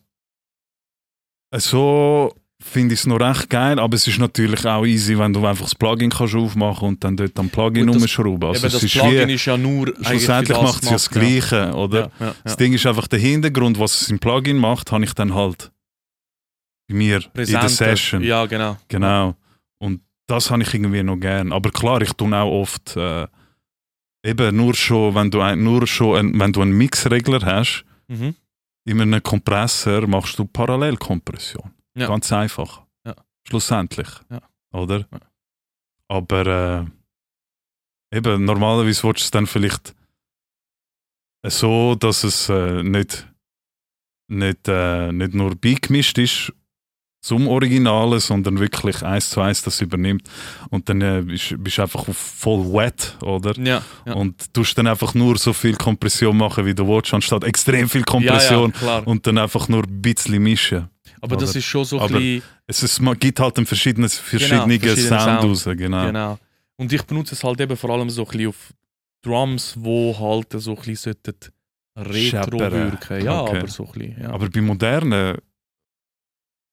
Speaker 1: so finde ich es noch recht geil, aber es ist natürlich auch easy, wenn du einfach das Plugin kannst aufmachen und dann dort am Plugin
Speaker 2: Gut, das-
Speaker 1: rumschrauben. Also,
Speaker 2: Eben,
Speaker 1: es
Speaker 2: das
Speaker 1: ist
Speaker 2: Plugin
Speaker 1: wie,
Speaker 2: ist ja nur eigentlich für
Speaker 1: schlussendlich
Speaker 2: das
Speaker 1: macht es ja das
Speaker 2: gemacht,
Speaker 1: Gleiche, oder?
Speaker 2: Ja, ja, ja.
Speaker 1: Das Ding ist einfach der Hintergrund, was es im Plugin macht, habe ich dann halt bei mir in der
Speaker 2: Präsenter.
Speaker 1: Session.
Speaker 2: Ja, genau.
Speaker 1: Genau. Und das habe ich irgendwie noch gern. Aber klar, ich tue auch oft äh, Eben, nur schon, wenn du, ein, nur schon ein, wenn du einen Mixregler hast,
Speaker 2: Mhm.
Speaker 1: in einem Kompressor machst du Parallelkompression.
Speaker 2: Ja.
Speaker 1: Ganz einfach.
Speaker 2: Ja.
Speaker 1: Schlussendlich.
Speaker 2: Ja.
Speaker 1: Oder?
Speaker 2: Ja.
Speaker 1: Aber äh, eben, normalerweise willst du es dann vielleicht äh, so, dass es äh, nicht, nicht, äh, nicht nur beigemischt ist zum Originalen, sondern wirklich eins zu eins das übernimmt. Und dann äh, bist du einfach auf voll wet, oder?
Speaker 2: Ja, ja.
Speaker 1: Und tust dann einfach nur so viel Kompression machen, wie du willst, anstatt extrem viel Kompression
Speaker 2: Ja, ja, klar.
Speaker 1: und dann einfach nur ein bisschen mischen.
Speaker 2: aber das
Speaker 1: aber-
Speaker 2: ist schon so ein
Speaker 1: aber-
Speaker 2: bisschen.
Speaker 1: Es ist, man gibt halt einen verschiedenen, verschiedenen
Speaker 2: verschiedenen
Speaker 1: Sound
Speaker 2: Sound.
Speaker 1: raus, genau.
Speaker 2: Genau. Und ich benutze es halt eben vor allem so ein bisschen auf Drums, wo halt so ein bisschen sollten retro
Speaker 1: Scheppern.
Speaker 2: wirken. Ja,
Speaker 1: Okay.
Speaker 2: aber so ein bisschen. Ja.
Speaker 1: Aber bei modernen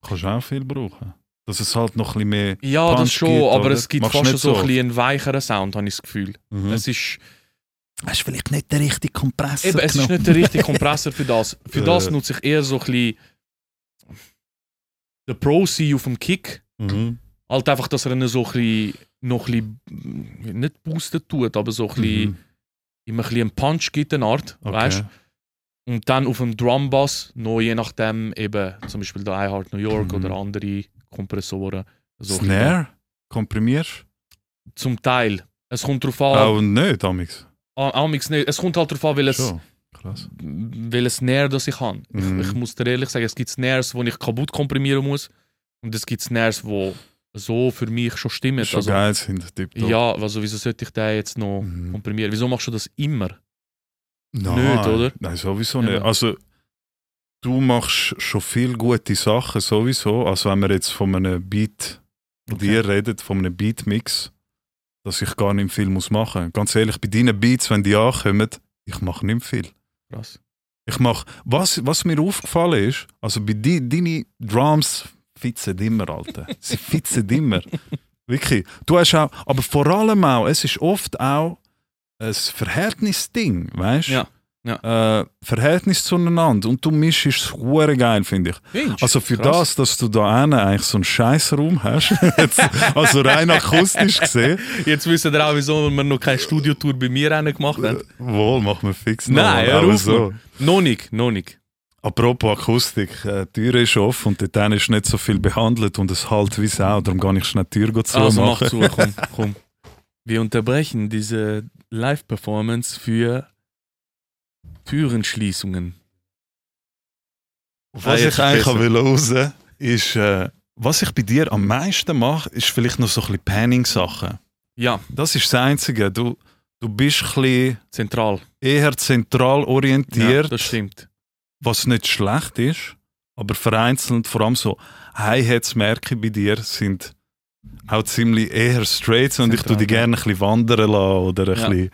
Speaker 1: kannst du auch viel brauchen. Dass es halt noch ein bisschen mehr.
Speaker 2: Ja, das
Speaker 1: Punch
Speaker 2: schon,
Speaker 1: gibt,
Speaker 2: aber
Speaker 1: oder?
Speaker 2: es gibt
Speaker 1: Machst
Speaker 2: fast
Speaker 1: nicht
Speaker 2: so
Speaker 1: so
Speaker 2: ein bisschen einen weicheren Sound, habe ich das Gefühl.
Speaker 1: Mhm.
Speaker 2: Es ist,
Speaker 1: Hast vielleicht nicht den richtigen Kompressor.
Speaker 2: eben, es ist nicht der richtige Kompressor für das. Für
Speaker 1: Äh.
Speaker 2: das nutze ich eher so ein bisschen den Pro-C auf dem Kick.
Speaker 1: Mhm.
Speaker 2: Halt einfach, dass er ihn so ein bisschen, noch ein bisschen, hm, nicht boosten tut, aber so ein bisschen,
Speaker 1: Mhm.
Speaker 2: immer ein bisschen einen Punch gibt, eine Art,
Speaker 1: Okay.
Speaker 2: weißt Und dann auf dem Drumbass noch je nachdem eben, zum Beispiel der iHeart New York
Speaker 1: Mhm.
Speaker 2: oder andere Kompressoren. So ein bisschen.
Speaker 1: Snare? Komprimierst?
Speaker 2: Zum Teil. Es kommt darauf
Speaker 1: Oh.
Speaker 2: an,
Speaker 1: Auch nicht, Amix.
Speaker 2: Ah, Amix nicht. Es kommt halt darauf an, welches,
Speaker 1: Schon. Krass.
Speaker 2: welches Snare das ich habe.
Speaker 1: Mhm.
Speaker 2: Ich, ich muss dir ehrlich sagen, es gibt Snares, die ich kaputt komprimieren muss. Und es gibt Snares, die so für mich schon stimmen.
Speaker 1: Schon
Speaker 2: also,
Speaker 1: geil sind, tipptopp.
Speaker 2: ja, also wieso sollte ich den jetzt noch
Speaker 1: Mhm.
Speaker 2: komprimieren? Wieso machst du das immer?
Speaker 1: Nein,
Speaker 2: Nicht, oder?
Speaker 1: Nein, sowieso
Speaker 2: Ja.
Speaker 1: nicht. Also, du machst schon viele gute Sachen, sowieso. Also, wenn wir jetzt von einem Beat,
Speaker 2: Okay.
Speaker 1: dir redet, von einem Beatmix, dass ich gar nicht viel muss machen muss. Ganz ehrlich, bei deinen Beats, wenn die ankommen, ich mache nicht viel.
Speaker 2: Krass.
Speaker 1: Ich mache, was, was mir aufgefallen ist, also bei di, deine Drums fitzen immer, Alter. Sie fitzen immer. Wirklich. Du hast auch, aber vor allem auch, es ist oft auch ein Verhältnisding, weißt du?
Speaker 2: Ja,
Speaker 1: Äh, Verhältnis zueinander und du mischst es hure geil, finde ich.
Speaker 2: Mensch,
Speaker 1: Also für das,
Speaker 2: krass.
Speaker 1: dass du da hinten eigentlich so einen Scheißraum hast, jetzt, also rein akustisch gesehen,
Speaker 2: Jetzt wissen wir auch, wieso wir noch keine Studiotour bei mir rein gemacht haben.
Speaker 1: wohl, machen wir fix noch mal,
Speaker 2: Nein, hör
Speaker 1: aber
Speaker 2: auf, Mann. Noch nicht, noch nicht.
Speaker 1: Apropos Akustik, äh, die Tür ist offen und dort ist nicht so viel behandelt und es halt wie Sau, darum gehe ich schnell die Tür zu
Speaker 2: also mach
Speaker 1: machen.
Speaker 2: zu, komm, komm. Wir unterbrechen diese Live-Performance für Türenschließungen.
Speaker 1: Was
Speaker 2: Ah, jetzt
Speaker 1: ich eigentlich
Speaker 2: besser.
Speaker 1: will raus ist, äh, was ich bei dir am meisten mache, ist vielleicht noch so ein bisschen Panning-Sachen.
Speaker 2: Ja,
Speaker 1: Das ist das Einzige. Du, du bist ein bisschen
Speaker 2: zentral.
Speaker 1: eher zentral
Speaker 2: Ja,
Speaker 1: orientiert,
Speaker 2: das stimmt.
Speaker 1: was nicht schlecht ist, aber vereinzelt, vor allem so Hi-Hats merke ich bei dir, sind auch ziemlich eher straight und ich tue die
Speaker 2: Zentral, ja.
Speaker 1: gerne ein bisschen wandern lassen oder ein
Speaker 2: Ja.
Speaker 1: bisschen.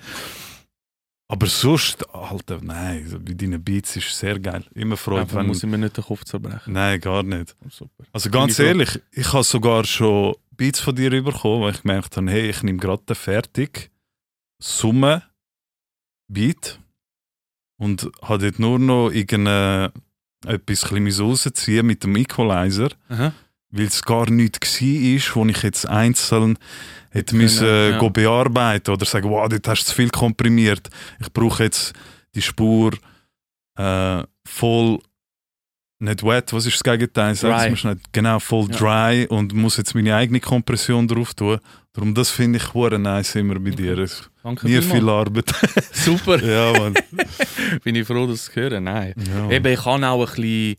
Speaker 1: Aber sonst, Alter, nein, so bei deinen Beats ist sehr geil. Immer Freude,
Speaker 2: Einfach
Speaker 1: wenn.
Speaker 2: muss ich mir nicht den Kopf zerbrechen.
Speaker 1: Nein, gar nicht.
Speaker 2: Oh, Super.
Speaker 1: Also
Speaker 2: ich
Speaker 1: ganz
Speaker 2: froh.
Speaker 1: ehrlich, ich habe sogar schon Beats von dir bekommen, weil ich gemerkt habe, hey, ich nehme gerade den fertig, Summe, Beat und habe dort nur noch irgendein etwas Kleines rausziehen mit dem Equalizer,
Speaker 2: Aha.
Speaker 1: weil es gar nichts war, wo ich jetzt einzeln hätte
Speaker 2: Können,
Speaker 1: müssen, äh,
Speaker 2: ja.
Speaker 1: go bearbeiten oder sagen, wow, dort hast du zu viel komprimiert. Ich brauche jetzt die Spur äh, voll nicht wet, was ist das Gegenteil? Sag
Speaker 2: Dry.
Speaker 1: es mir schnell. Genau, voll
Speaker 2: Ja.
Speaker 1: dry und muss jetzt meine eigene Kompression drauf tun. Darum, das finde ich hure nice immer bei
Speaker 2: Okay.
Speaker 1: dir. Es-
Speaker 2: Danke
Speaker 1: Nie viel
Speaker 2: vielmals.
Speaker 1: Arbeit.
Speaker 2: Super.
Speaker 1: ja, Mann.
Speaker 2: Bin ich froh, dass ich höre. Nein.
Speaker 1: Ja.
Speaker 2: Eben, ich kann auch ein bisschen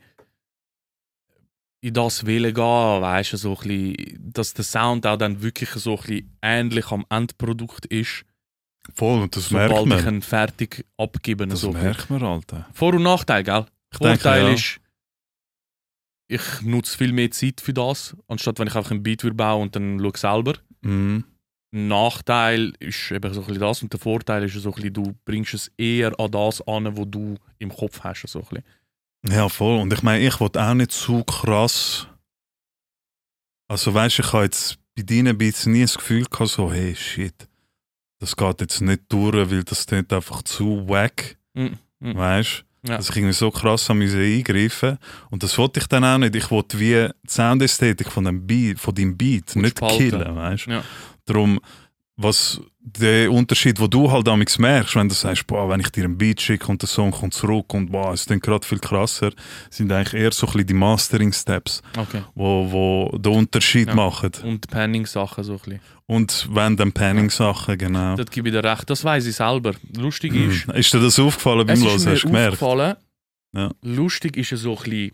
Speaker 2: in das Willen gehen, weißt du, so ein bisschen, dass der Sound auch dann wirklich so ein bisschen ähnlich am Endprodukt ist,
Speaker 1: Voll, und das merkt
Speaker 2: sobald ich
Speaker 1: man.
Speaker 2: ihn fertig abgebe.
Speaker 1: Das
Speaker 2: so.
Speaker 1: merkt man, Alter.
Speaker 2: Vor- und Nachteil, gell?
Speaker 1: Ich denke,
Speaker 2: Vorteil
Speaker 1: ja.
Speaker 2: ist, ich nutze viel mehr Zeit für das, anstatt wenn ich einfach einen Beat würde bauen und dann schaue ich selber.
Speaker 1: Mhm.
Speaker 2: Nachteil ist eben so ein bisschen das und der Vorteil ist so ein bisschen, du bringst es eher an das an, wo du im Kopf hast. So ein bisschen.
Speaker 1: Ja, voll. Und ich meine, ich wollte auch nicht zu krass. Also, weißt du, ich habe jetzt bei deinen Beats nie das Gefühl gehabt, so, hey, shit, das geht jetzt nicht durch, weil das klingt einfach zu wack.
Speaker 2: Mhm. Mhm.
Speaker 1: Weißt du?
Speaker 2: Ja.
Speaker 1: Dass ich irgendwie so krass an mich eingreifen Und das wollte ich dann auch nicht. Ich wollte wie die Soundästhetik von, dem Beat, von deinem Beat nicht
Speaker 2: spalten.
Speaker 1: killen, weißt du?
Speaker 2: Ja.
Speaker 1: Darum was der Unterschied, wo du halt damals merkst, wenn du sagst, boah, wenn ich dir einen Beat schicke und der Song kommt zurück und boah, es klingt gerade viel krasser, sind eigentlich eher so ein bisschen die Mastering-Steps,
Speaker 2: Okay.
Speaker 1: wo, wo den Unterschied
Speaker 2: Ja.
Speaker 1: machen.
Speaker 2: Und Panning-Sachen so ein bisschen.
Speaker 1: Und wenn dann Panning-Sachen, genau.
Speaker 2: Das gebe ich dir recht. Das weiß ich selber. Lustig ist,
Speaker 1: Ist, ist dir das aufgefallen beim
Speaker 2: es
Speaker 1: Hören? Hast
Speaker 2: ist
Speaker 1: du
Speaker 2: mir
Speaker 1: gemerkt?
Speaker 2: aufgefallen,
Speaker 1: Ja.
Speaker 2: lustig ist es so ein bisschen,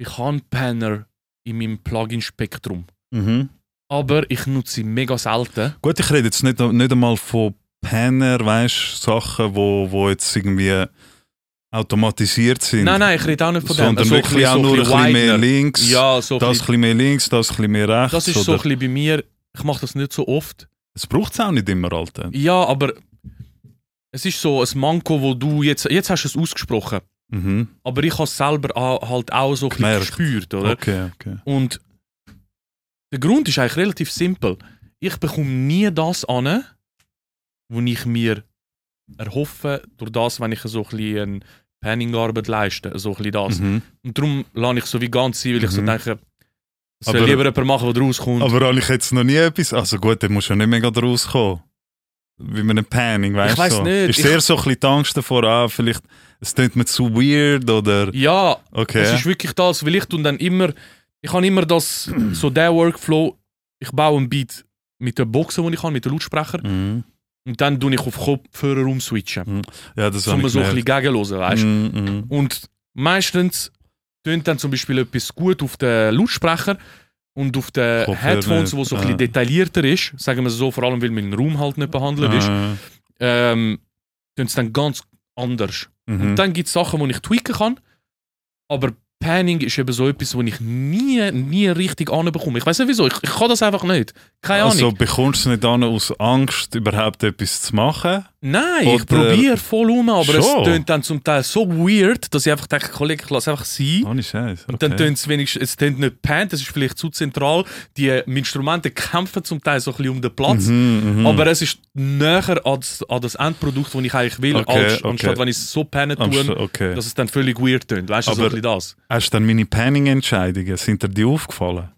Speaker 2: ich habe einen Panner in meinem Plugin-Spektrum.
Speaker 1: Mhm.
Speaker 2: Aber ich nutze sie mega selten.
Speaker 1: Gut, ich rede jetzt nicht, nicht einmal von Panner, weißt du, Sachen, wo, wo jetzt irgendwie automatisiert sind.
Speaker 2: Nein, nein, ich rede auch nicht von dem.
Speaker 1: sondern
Speaker 2: So ein
Speaker 1: wirklich
Speaker 2: bisschen-
Speaker 1: auch nur ein
Speaker 2: so
Speaker 1: bisschen mehr
Speaker 2: widener.
Speaker 1: links,
Speaker 2: Ja, so ein
Speaker 1: das ein
Speaker 2: bisschen.
Speaker 1: bisschen mehr links, das ein bisschen mehr rechts.
Speaker 2: Das ist so ein
Speaker 1: oder-
Speaker 2: bisschen bei mir, ich mache das nicht so oft.
Speaker 1: Es braucht es auch nicht immer, Alter.
Speaker 2: Ja, aber es ist so ein Manko, wo du jetzt, jetzt hast du es ausgesprochen,
Speaker 1: Mhm.
Speaker 2: aber ich habe es selber a- halt auch so ein bisschen
Speaker 1: Gemerkt.
Speaker 2: gespürt, oder?
Speaker 1: Okay, okay.
Speaker 2: Und der Grund ist eigentlich relativ simpel. Ich bekomme nie das an, was ich mir erhoffe, durch das, wenn ich so ein bisschen eine Panning-Arbeit leiste, so ein bisschen das.
Speaker 1: Mhm.
Speaker 2: Und darum lasse ich so wie ganz sein, weil ich so
Speaker 1: Mhm.
Speaker 2: denke, es
Speaker 1: Aber-
Speaker 2: soll lieber jemand machen, der rauskommt.
Speaker 1: Aber habe ich jetzt noch nie etwas. Also gut, dann musst du ja nicht mega draus kommen. Wie mit einem Panning, weißt du?
Speaker 2: weiss
Speaker 1: so.
Speaker 2: nicht,
Speaker 1: Ist
Speaker 2: ich-
Speaker 1: sehr so ein bisschen die Angst davor, ah, vielleicht, es klingt mir zu weird oder.
Speaker 2: ja, Es
Speaker 1: Okay.
Speaker 2: ist wirklich das, weil ich tun dann immer, ich habe immer das, so der Workflow, ich baue einen Beat mit der Boxen, die ich habe, mit den Lautsprecher
Speaker 1: Mhm.
Speaker 2: und dann tue ich auf Kopfhörer umswitchen,
Speaker 1: Ja, das
Speaker 2: um
Speaker 1: habe ich
Speaker 2: so ein bisschen
Speaker 1: gemerkt.
Speaker 2: gegenhören, weißt du.
Speaker 1: Mhm, mhm.
Speaker 2: Und meistens tönt dann zum Beispiel etwas gut auf den Lautsprecher und auf den
Speaker 1: Kopfhörer
Speaker 2: Headphones, wo so ein
Speaker 1: nicht.
Speaker 2: bisschen
Speaker 1: Ja.
Speaker 2: detaillierter ist, sagen wir es so, vor allem weil mein Raum halt nicht behandelt ist,
Speaker 1: Ah,
Speaker 2: ähm, tönt es dann ganz anders.
Speaker 1: mhm.
Speaker 2: Und dann gibt es Sachen, die ich tweaken kann. Aber Panning ist eben so etwas, wo ich nie, nie richtig anbekomme. Ich weiß nicht wieso, ich, ich kann das einfach nicht. Keine Ahnung.
Speaker 1: Also bekommst du es nicht an, aus Angst überhaupt etwas zu machen?
Speaker 2: Nein, ich
Speaker 1: oder-
Speaker 2: probiere voll um, aber
Speaker 1: Schon.
Speaker 2: es tönt dann zum Teil so weird, dass ich einfach denke, Kollege, ich lasse einfach sein.
Speaker 1: Ohne Scheiß. Okay.
Speaker 2: Hm? Und dann tönt es wenigstens, es tönt nicht Pan, das ist vielleicht zu zentral. Die äh, Instrumente kämpfen zum Teil so ein bisschen um den Platz.
Speaker 1: Mhm, mhm.
Speaker 2: Aber es ist näher an das, an das Endprodukt, das ich eigentlich will,
Speaker 1: Okay,
Speaker 2: als,
Speaker 1: okay.
Speaker 2: anstatt wenn ich es so pannen
Speaker 1: Anst-
Speaker 2: tue,
Speaker 1: okay.
Speaker 2: dass es dann völlig weird tönt. Weißt du, so ein
Speaker 1: Aber-
Speaker 2: bisschen das.
Speaker 1: Hast du dann meine Panning-Entscheidungen, sind dir die aufgefallen?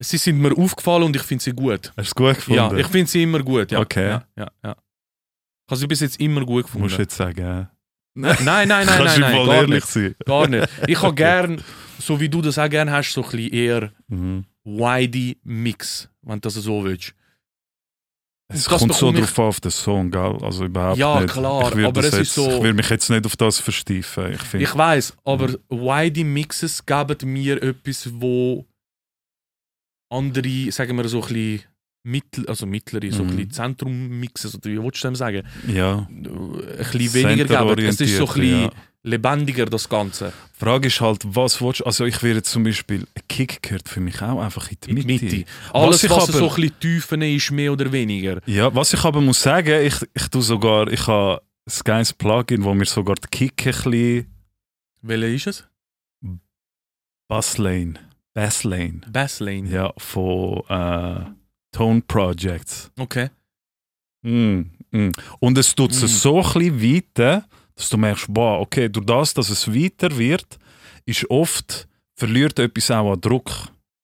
Speaker 2: Sie sind mir aufgefallen und ich finde sie gut.
Speaker 1: Hast du es gut gefunden?
Speaker 2: Ja, ich finde sie immer gut. Ja.
Speaker 1: Okay.
Speaker 2: Ja, ja, ja. Ich habe sie bis jetzt immer gut
Speaker 1: Musst du
Speaker 2: gefunden.
Speaker 1: jetzt sagen, ja.
Speaker 2: Nein, nein, nein,
Speaker 1: Kannst
Speaker 2: nein,
Speaker 1: du
Speaker 2: nein
Speaker 1: mal
Speaker 2: gar,
Speaker 1: ehrlich
Speaker 2: nicht,
Speaker 1: sein?
Speaker 2: gar nicht. Ich habe gern, so wie du das auch gern hast, so ein bisschen eher
Speaker 1: Mhm.
Speaker 2: wide Mix, wenn du das so willst.
Speaker 1: Es
Speaker 2: Das
Speaker 1: kommt so
Speaker 2: bekomme ich-
Speaker 1: drauf an, auf den Song, gell? Also überhaupt
Speaker 2: Ja,
Speaker 1: nicht.
Speaker 2: klar,
Speaker 1: ich würde
Speaker 2: aber
Speaker 1: das
Speaker 2: es ist
Speaker 1: jetzt,
Speaker 2: so-
Speaker 1: Ich würde mich jetzt nicht auf das versteifen. Ich finde,
Speaker 2: Ich weiß,
Speaker 1: Mhm.
Speaker 2: aber wide Mixes geben mir etwas, wo andere, sagen wir so ein bisschen mittel, also mittlere, so ein
Speaker 1: Mhm.
Speaker 2: bisschen Zentrum-Mixes, oder wie willst du dem sagen? Äh,
Speaker 1: ja.
Speaker 2: Ein bisschen weniger geben. Es ist so
Speaker 1: Centerorientierte,
Speaker 2: ein bisschen
Speaker 1: ja.
Speaker 2: lebendiger, das Ganze.
Speaker 1: Die Frage ist halt, was willst du? Also ich würde zum Beispiel, ein Kick gehört für mich auch einfach in die
Speaker 2: in die
Speaker 1: Mitte.
Speaker 2: Mitte. Alles,
Speaker 1: ich
Speaker 2: was,
Speaker 1: aber-
Speaker 2: so ein bisschen tiefen ist, mehr oder weniger.
Speaker 1: Ja, was ich aber muss sagen, ich, ich tue sogar, ich habe ein geiles Plugin, wo mir sogar die Kick ein bisschen
Speaker 2: Welcher ist es?
Speaker 1: Basslane, Basslane,
Speaker 2: Basslane.
Speaker 1: ja, von äh, Tone Projects.
Speaker 2: Okay.
Speaker 1: Mm, mm. Und es tut
Speaker 2: Mm.
Speaker 1: es so ein bisschen weiter, dass du merkst, boah, okay, durch das, dass es weiter wird, ist oft, verliert etwas auch an Druck.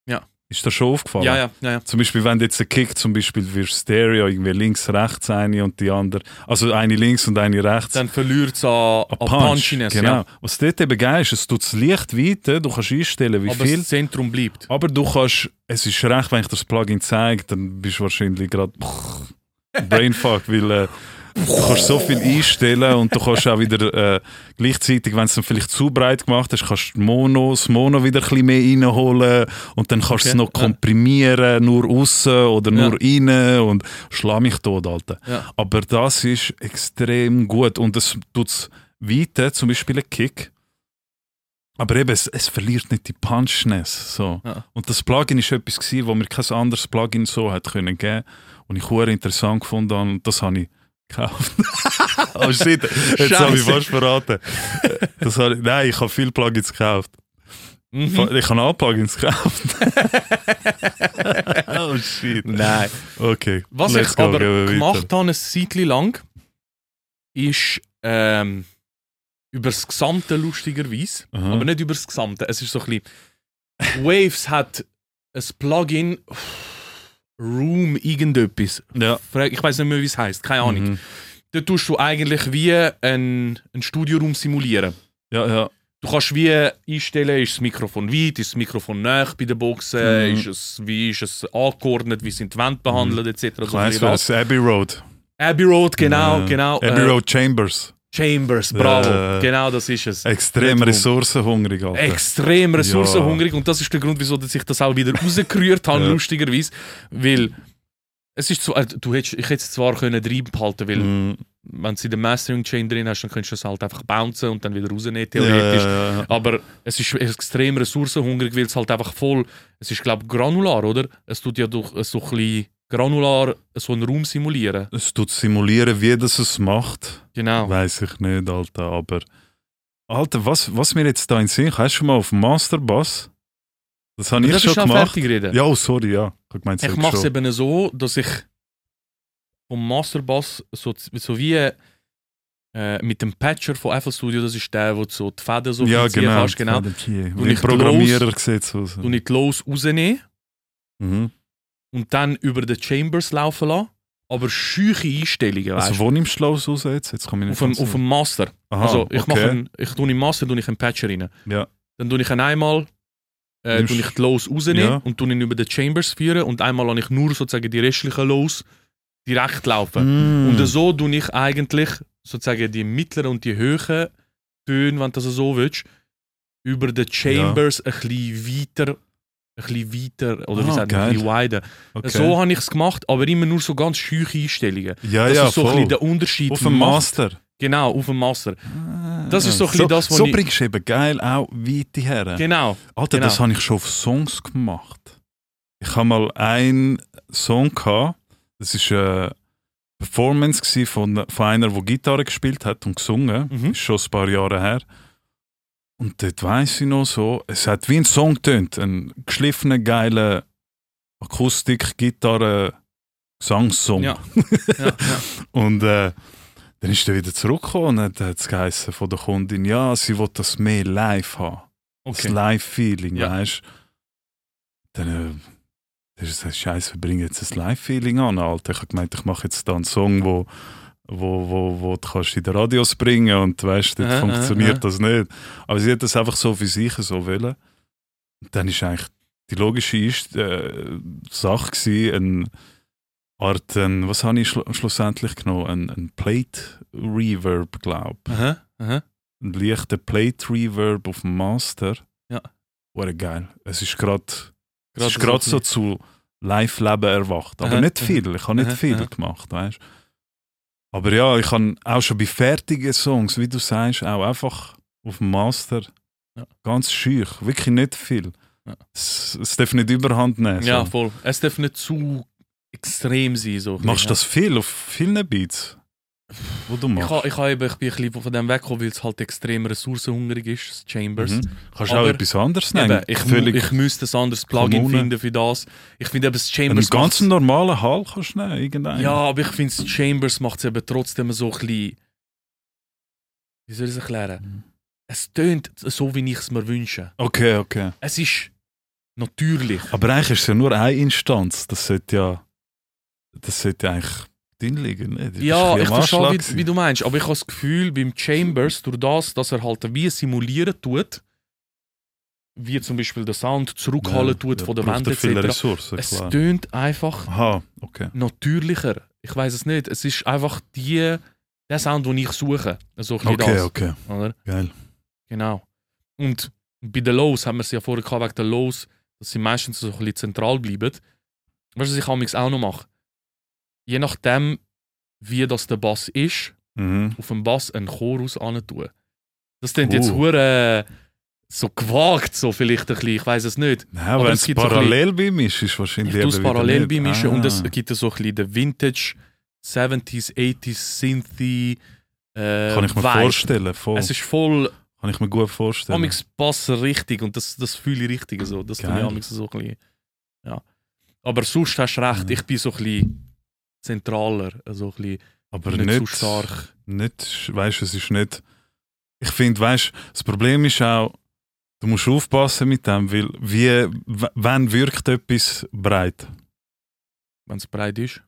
Speaker 2: Ja.
Speaker 1: Ist dir schon aufgefallen?
Speaker 2: Ja, ja, ja, ja.
Speaker 1: Zum Beispiel, wenn du jetzt einen Kick, zum Beispiel wirst Stereo, irgendwie links, rechts eine und die andere, also eine links und eine rechts.
Speaker 2: Dann verliert es an, an
Speaker 1: Ein
Speaker 2: Punchiness.
Speaker 1: genau.
Speaker 2: Ja.
Speaker 1: Was dort eben geil ist, es tut es leicht weiter, du kannst einstellen, wie
Speaker 2: Aber
Speaker 1: viel.
Speaker 2: das Zentrum bleibt.
Speaker 1: Aber du kannst, es ist recht, wenn ich das Plugin zeige, dann bist du wahrscheinlich gerade Brainfuck, weil äh, du kannst so viel einstellen und du kannst auch wieder äh, gleichzeitig, wenn es dann vielleicht zu breit gemacht ist, kannst du Mono, das Mono wieder ein bisschen mehr reinholen und dann kannst du es
Speaker 2: Okay,
Speaker 1: noch
Speaker 2: ja.
Speaker 1: komprimieren, nur außen oder nur innen und schlag mich tot, Alter.
Speaker 2: Ja.
Speaker 1: Aber das ist extrem gut und es tut es weiter, zum Beispiel ein Kick. Aber eben, es, es verliert nicht die Punchness. So.
Speaker 2: Ja.
Speaker 1: Und das Plugin ist etwas, gewesen, wo mir kein anderes Plugin so hat können geben und ich hure interessant gefunden habe und das habe ich gekauft. oh shit, jetzt habe ich
Speaker 2: Scheiße.
Speaker 1: fast verraten. Das habe ich, nein, ich habe viele Plugins gekauft.
Speaker 2: Mhm.
Speaker 1: Ich habe alle Plugins gekauft. oh shit.
Speaker 2: Nein.
Speaker 1: Okay,
Speaker 2: Was
Speaker 1: let's
Speaker 2: ich
Speaker 1: go,
Speaker 2: aber
Speaker 1: gehen wir weiter.
Speaker 2: gemacht habe, ein Zeitchen lang, ist ähm, über das Gesamte lustigerweise,
Speaker 1: Aha.
Speaker 2: aber nicht über das Gesamte. Es ist so ein bisschen. Waves hat ein Plugin. Room irgendetwas.
Speaker 1: Ja.
Speaker 2: Fra- Ich weiß nicht mehr, wie es heißt. Keine Ahnung.
Speaker 1: Mhm.
Speaker 2: Da tust du eigentlich wie ein, ein Studioraum simulieren.
Speaker 1: Ja, ja.
Speaker 2: Du kannst wie einstellen, ist das Mikrofon weit, ist das Mikrofon nah bei den Boxen,
Speaker 1: Mhm.
Speaker 2: ist es, wie ist es angeordnet, wie sind die Wände behandelt, etc.
Speaker 1: Ich
Speaker 2: So
Speaker 1: weiss,
Speaker 2: ein bisschen
Speaker 1: was. Abbey Road.
Speaker 2: das. Abbey Road, genau,
Speaker 1: Ja.
Speaker 2: genau.
Speaker 1: Abbey
Speaker 2: äh,
Speaker 1: Road Chambers.
Speaker 2: Chambers, bravo.
Speaker 1: Äh,
Speaker 2: genau das ist es.
Speaker 1: Extrem
Speaker 2: Red Room.
Speaker 1: ressourcenhungrig, Alter.
Speaker 2: Extrem ressourcenhungrig und das ist der Grund, wieso dass ich das auch wieder rausgerührt habe,
Speaker 1: Ja.
Speaker 2: lustigerweise. Weil es ist zwar, also, du hättest, ich hätte es zwar können drin behalten, weil
Speaker 1: Mhm.
Speaker 2: wenn du sie in der Mastering-Chain drin hast, dann könntest du es halt einfach bouncen und dann wieder rausnehmen,
Speaker 1: Ja,
Speaker 2: theoretisch.
Speaker 1: ja, ja.
Speaker 2: Aber es ist extrem ressourcenhungrig, weil es halt einfach voll, es ist glaube ich granular, oder? Es tut ja durch so ein bisschen granular so einen Raum simulieren.
Speaker 1: Es tut simulieren, wie das es macht.
Speaker 2: Genau.
Speaker 1: Weiß ich nicht, Alter, aber. Alter, was, was mir jetzt da in den Sinn kam, hast du schon mal auf Master Bass? Das habe ich
Speaker 2: das
Speaker 1: schon
Speaker 2: ist noch
Speaker 1: gemacht.
Speaker 2: fertig reden.
Speaker 1: Ja, oh, sorry, ja. Ich meine,
Speaker 2: Ich mache es eben so, dass ich vom Masterbass so, so wie äh, mit dem Patcher von FL Studio, das ist der, wo du so die Fäden so
Speaker 1: ja,
Speaker 2: verziehen
Speaker 1: genau.
Speaker 2: kannst, genau.
Speaker 1: Wie
Speaker 2: Und
Speaker 1: ein
Speaker 2: ich
Speaker 1: Programmierer sieht es aus.
Speaker 2: Du nicht los rausnehmen
Speaker 1: Mhm.
Speaker 2: und dann über die Chambers laufen lassen, aber schüche Einstellungen, weißt
Speaker 1: Also, wo nimmst du los raus jetzt? Jetzt kann ich nicht
Speaker 2: Auf dem,
Speaker 1: ganz
Speaker 2: auf dem Master.
Speaker 1: Aha,
Speaker 2: also ich
Speaker 1: okay.
Speaker 2: mache einen, ich tue im Master tue ich einen Patcher rein.
Speaker 1: Ja.
Speaker 2: Dann tue ich ihn einmal äh,
Speaker 1: Nimmst-
Speaker 2: tue ich die Lows rausnehmen
Speaker 1: Ja.
Speaker 2: und tue ihn über die Chambers führen und einmal lasse ich nur sozusagen die restlichen Lows direkt laufen.
Speaker 1: Mm.
Speaker 2: Und so tue ich eigentlich sozusagen die mittleren und die höheren Töne, wenn du das so willst, über die Chambers ein bisschen weiter ein bisschen weiter oder wie
Speaker 1: Ah,
Speaker 2: sagt man, ein bisschen wider.
Speaker 1: okay.
Speaker 2: So habe ich es gemacht, aber immer nur so ganz schüche Einstellungen.
Speaker 1: ja,
Speaker 2: Das
Speaker 1: Ah ja,
Speaker 2: ist so ein
Speaker 1: voll.
Speaker 2: bisschen der Unterschied.
Speaker 1: auf dem
Speaker 2: macht.
Speaker 1: Master.
Speaker 2: Genau, auf dem Master. Das ist so ein bisschen
Speaker 1: so,
Speaker 2: das, was
Speaker 1: So
Speaker 2: ich-
Speaker 1: bringst du eben geil auch weite her.
Speaker 2: Genau.
Speaker 1: Alter,
Speaker 2: Genau.
Speaker 1: das habe ich schon auf Songs gemacht. Ich habe mal einen Song gehabt, das ist eine Performance gewesen von, von einer, die Gitarre gespielt hat und gesungen.
Speaker 2: Mhm.
Speaker 1: Ist schon ein paar Jahre her. Und dort weiss ich noch so, es hat wie ein Song tönt, ein geschliffener, geiler Akustik, Gitarre, Gesangssong.
Speaker 2: Ja. Ja, ja.
Speaker 1: Und äh, dann ist er wieder zurückgekommen und dann hat es geheißen von der Kundin, ja, sie will das mehr live haben. Das
Speaker 2: Okay.
Speaker 1: Live-Feeling,
Speaker 2: Ja.
Speaker 1: weißt du? Dann äh, das ist das Scheiß, wir bringen jetzt das Live-Feeling an, Alter. Ich habe gemeint, ich mache jetzt da einen Song, wo, wo, wo, wo du kannst in den Radios bringen und weißt,
Speaker 2: Aha,
Speaker 1: dann
Speaker 2: aha,
Speaker 1: funktioniert
Speaker 2: aha.
Speaker 1: das nicht. Aber sie hat das einfach so für sich so wollen. Und dann ist eigentlich die logische Einst- äh, Sache gewesen, eine Art, ein, was habe ich schlu- schlussendlich genommen? Ein, ein Plate Reverb, glaube ich
Speaker 2: Aha, aha.
Speaker 1: einen leichten Plate Reverb auf dem Master.
Speaker 2: Ja.
Speaker 1: War geil. Es ist gerade
Speaker 2: Gerade
Speaker 1: so, grad
Speaker 2: so
Speaker 1: so zu Live-Leben erwacht. Aber
Speaker 2: Aha,
Speaker 1: nicht
Speaker 2: aha.
Speaker 1: viel. Ich habe nicht
Speaker 2: Aha,
Speaker 1: viel
Speaker 2: aha.
Speaker 1: gemacht, weißt Aber ja, ich habe auch schon bei fertigen Songs, wie du sagst, auch einfach auf dem Master
Speaker 2: Ja.
Speaker 1: ganz schüch. Wirklich nicht viel.
Speaker 2: Ja.
Speaker 1: Es, es darf nicht überhand nehmen. So.
Speaker 2: Ja, voll. Es darf nicht zu extrem sein. So.
Speaker 1: Machst du das viel auf vielen Beats? Wo du
Speaker 2: Ich,
Speaker 1: machst.
Speaker 2: ha, ich, ha eben, ich bin ein bisschen von dem weggekommen, weil es halt extrem ressourcenhungrig ist, das Chambers.
Speaker 1: Mhm. Kannst du auch
Speaker 2: Aber-
Speaker 1: etwas anderes nehmen?
Speaker 2: Eben, ich, mu-
Speaker 1: Völlig-
Speaker 2: ich müsste ein anderes Plugin
Speaker 1: Kommune.
Speaker 2: finden für das. Ich finde eben, das
Speaker 1: Einen
Speaker 2: Chambers
Speaker 1: ganz
Speaker 2: macht's-
Speaker 1: normalen Hall kannst du nehmen, irgendeinen.
Speaker 2: Ja, aber ich finde, das Chambers macht es eben trotzdem so ein bisschen... Wie soll ich es erklären?
Speaker 1: Mhm.
Speaker 2: Es tönt so, wie ich es mir wünsche.
Speaker 1: Okay, okay.
Speaker 2: Es ist natürlich.
Speaker 1: Aber eigentlich ist es ja nur eine Instanz. Das sollte ja, das sollte ja eigentlich drin liegen. Ne? Das ist
Speaker 2: Ja,
Speaker 1: ein bisschen
Speaker 2: ich
Speaker 1: am
Speaker 2: verstehe,
Speaker 1: Anschlag
Speaker 2: wie, wie du meinst, aber ich habe das Gefühl, beim Chambers, durch das, dass er halt wie simulieren tut, wie zum Beispiel der Sound
Speaker 1: gewesen.
Speaker 2: zurückhallen tut
Speaker 1: ja,
Speaker 2: von der
Speaker 1: braucht
Speaker 2: Wand
Speaker 1: er viele
Speaker 2: etc.
Speaker 1: Ressourcen,
Speaker 2: Es
Speaker 1: klar.
Speaker 2: tönt einfach
Speaker 1: Aha, okay.
Speaker 2: natürlicher. Ich weiß es nicht. Es ist einfach die, der Sound, den ich suche. So ein bisschen
Speaker 1: Okay,
Speaker 2: das.
Speaker 1: okay.
Speaker 2: Oder?
Speaker 1: Geil.
Speaker 2: Genau. Und bei den Lows haben wir es ja vorher gehabt, wegen den Lows, dass sie meistens so ein bisschen zentral bleiben. Weißt du, was ich amigs auch noch mache? Je nachdem, wie das der Bass ist,
Speaker 1: Mhm.
Speaker 2: auf dem Bass einen Chorus tun. Das klingt jetzt
Speaker 1: Uh.
Speaker 2: hure äh, so gewagt, so vielleicht ein bisschen, ich weiß es nicht.
Speaker 1: Nein, wenn
Speaker 2: es
Speaker 1: es
Speaker 2: gibt so
Speaker 1: parallel bei mir ist, ist
Speaker 2: Ich
Speaker 1: wahrscheinlich
Speaker 2: tue es
Speaker 1: eben wieder
Speaker 2: parallel
Speaker 1: nicht.
Speaker 2: beimischen
Speaker 1: ah.
Speaker 2: und es gibt so ein bisschen den Vintage 70s, 80s, Synthy äh,
Speaker 1: Kann ich mir
Speaker 2: Vibe.
Speaker 1: vorstellen, voll.
Speaker 2: Es ist voll,
Speaker 1: Kann ich mir gut vorstellen.
Speaker 2: amix passt richtig und das, das fühle ich richtig so. Das tue ich
Speaker 1: Geil.
Speaker 2: amix so ein bisschen, ja. Aber sonst hast du recht,
Speaker 1: Ja.
Speaker 2: ich bin so ein bisschen zentraler, so ein bisschen
Speaker 1: Aber
Speaker 2: nicht,
Speaker 1: nicht
Speaker 2: zu stark.
Speaker 1: nicht, weißt es ist nicht. Ich finde, weißt das Problem ist auch, du musst aufpassen mit dem, weil wie, w- wann wirkt etwas breit?
Speaker 2: wenn es breit ist.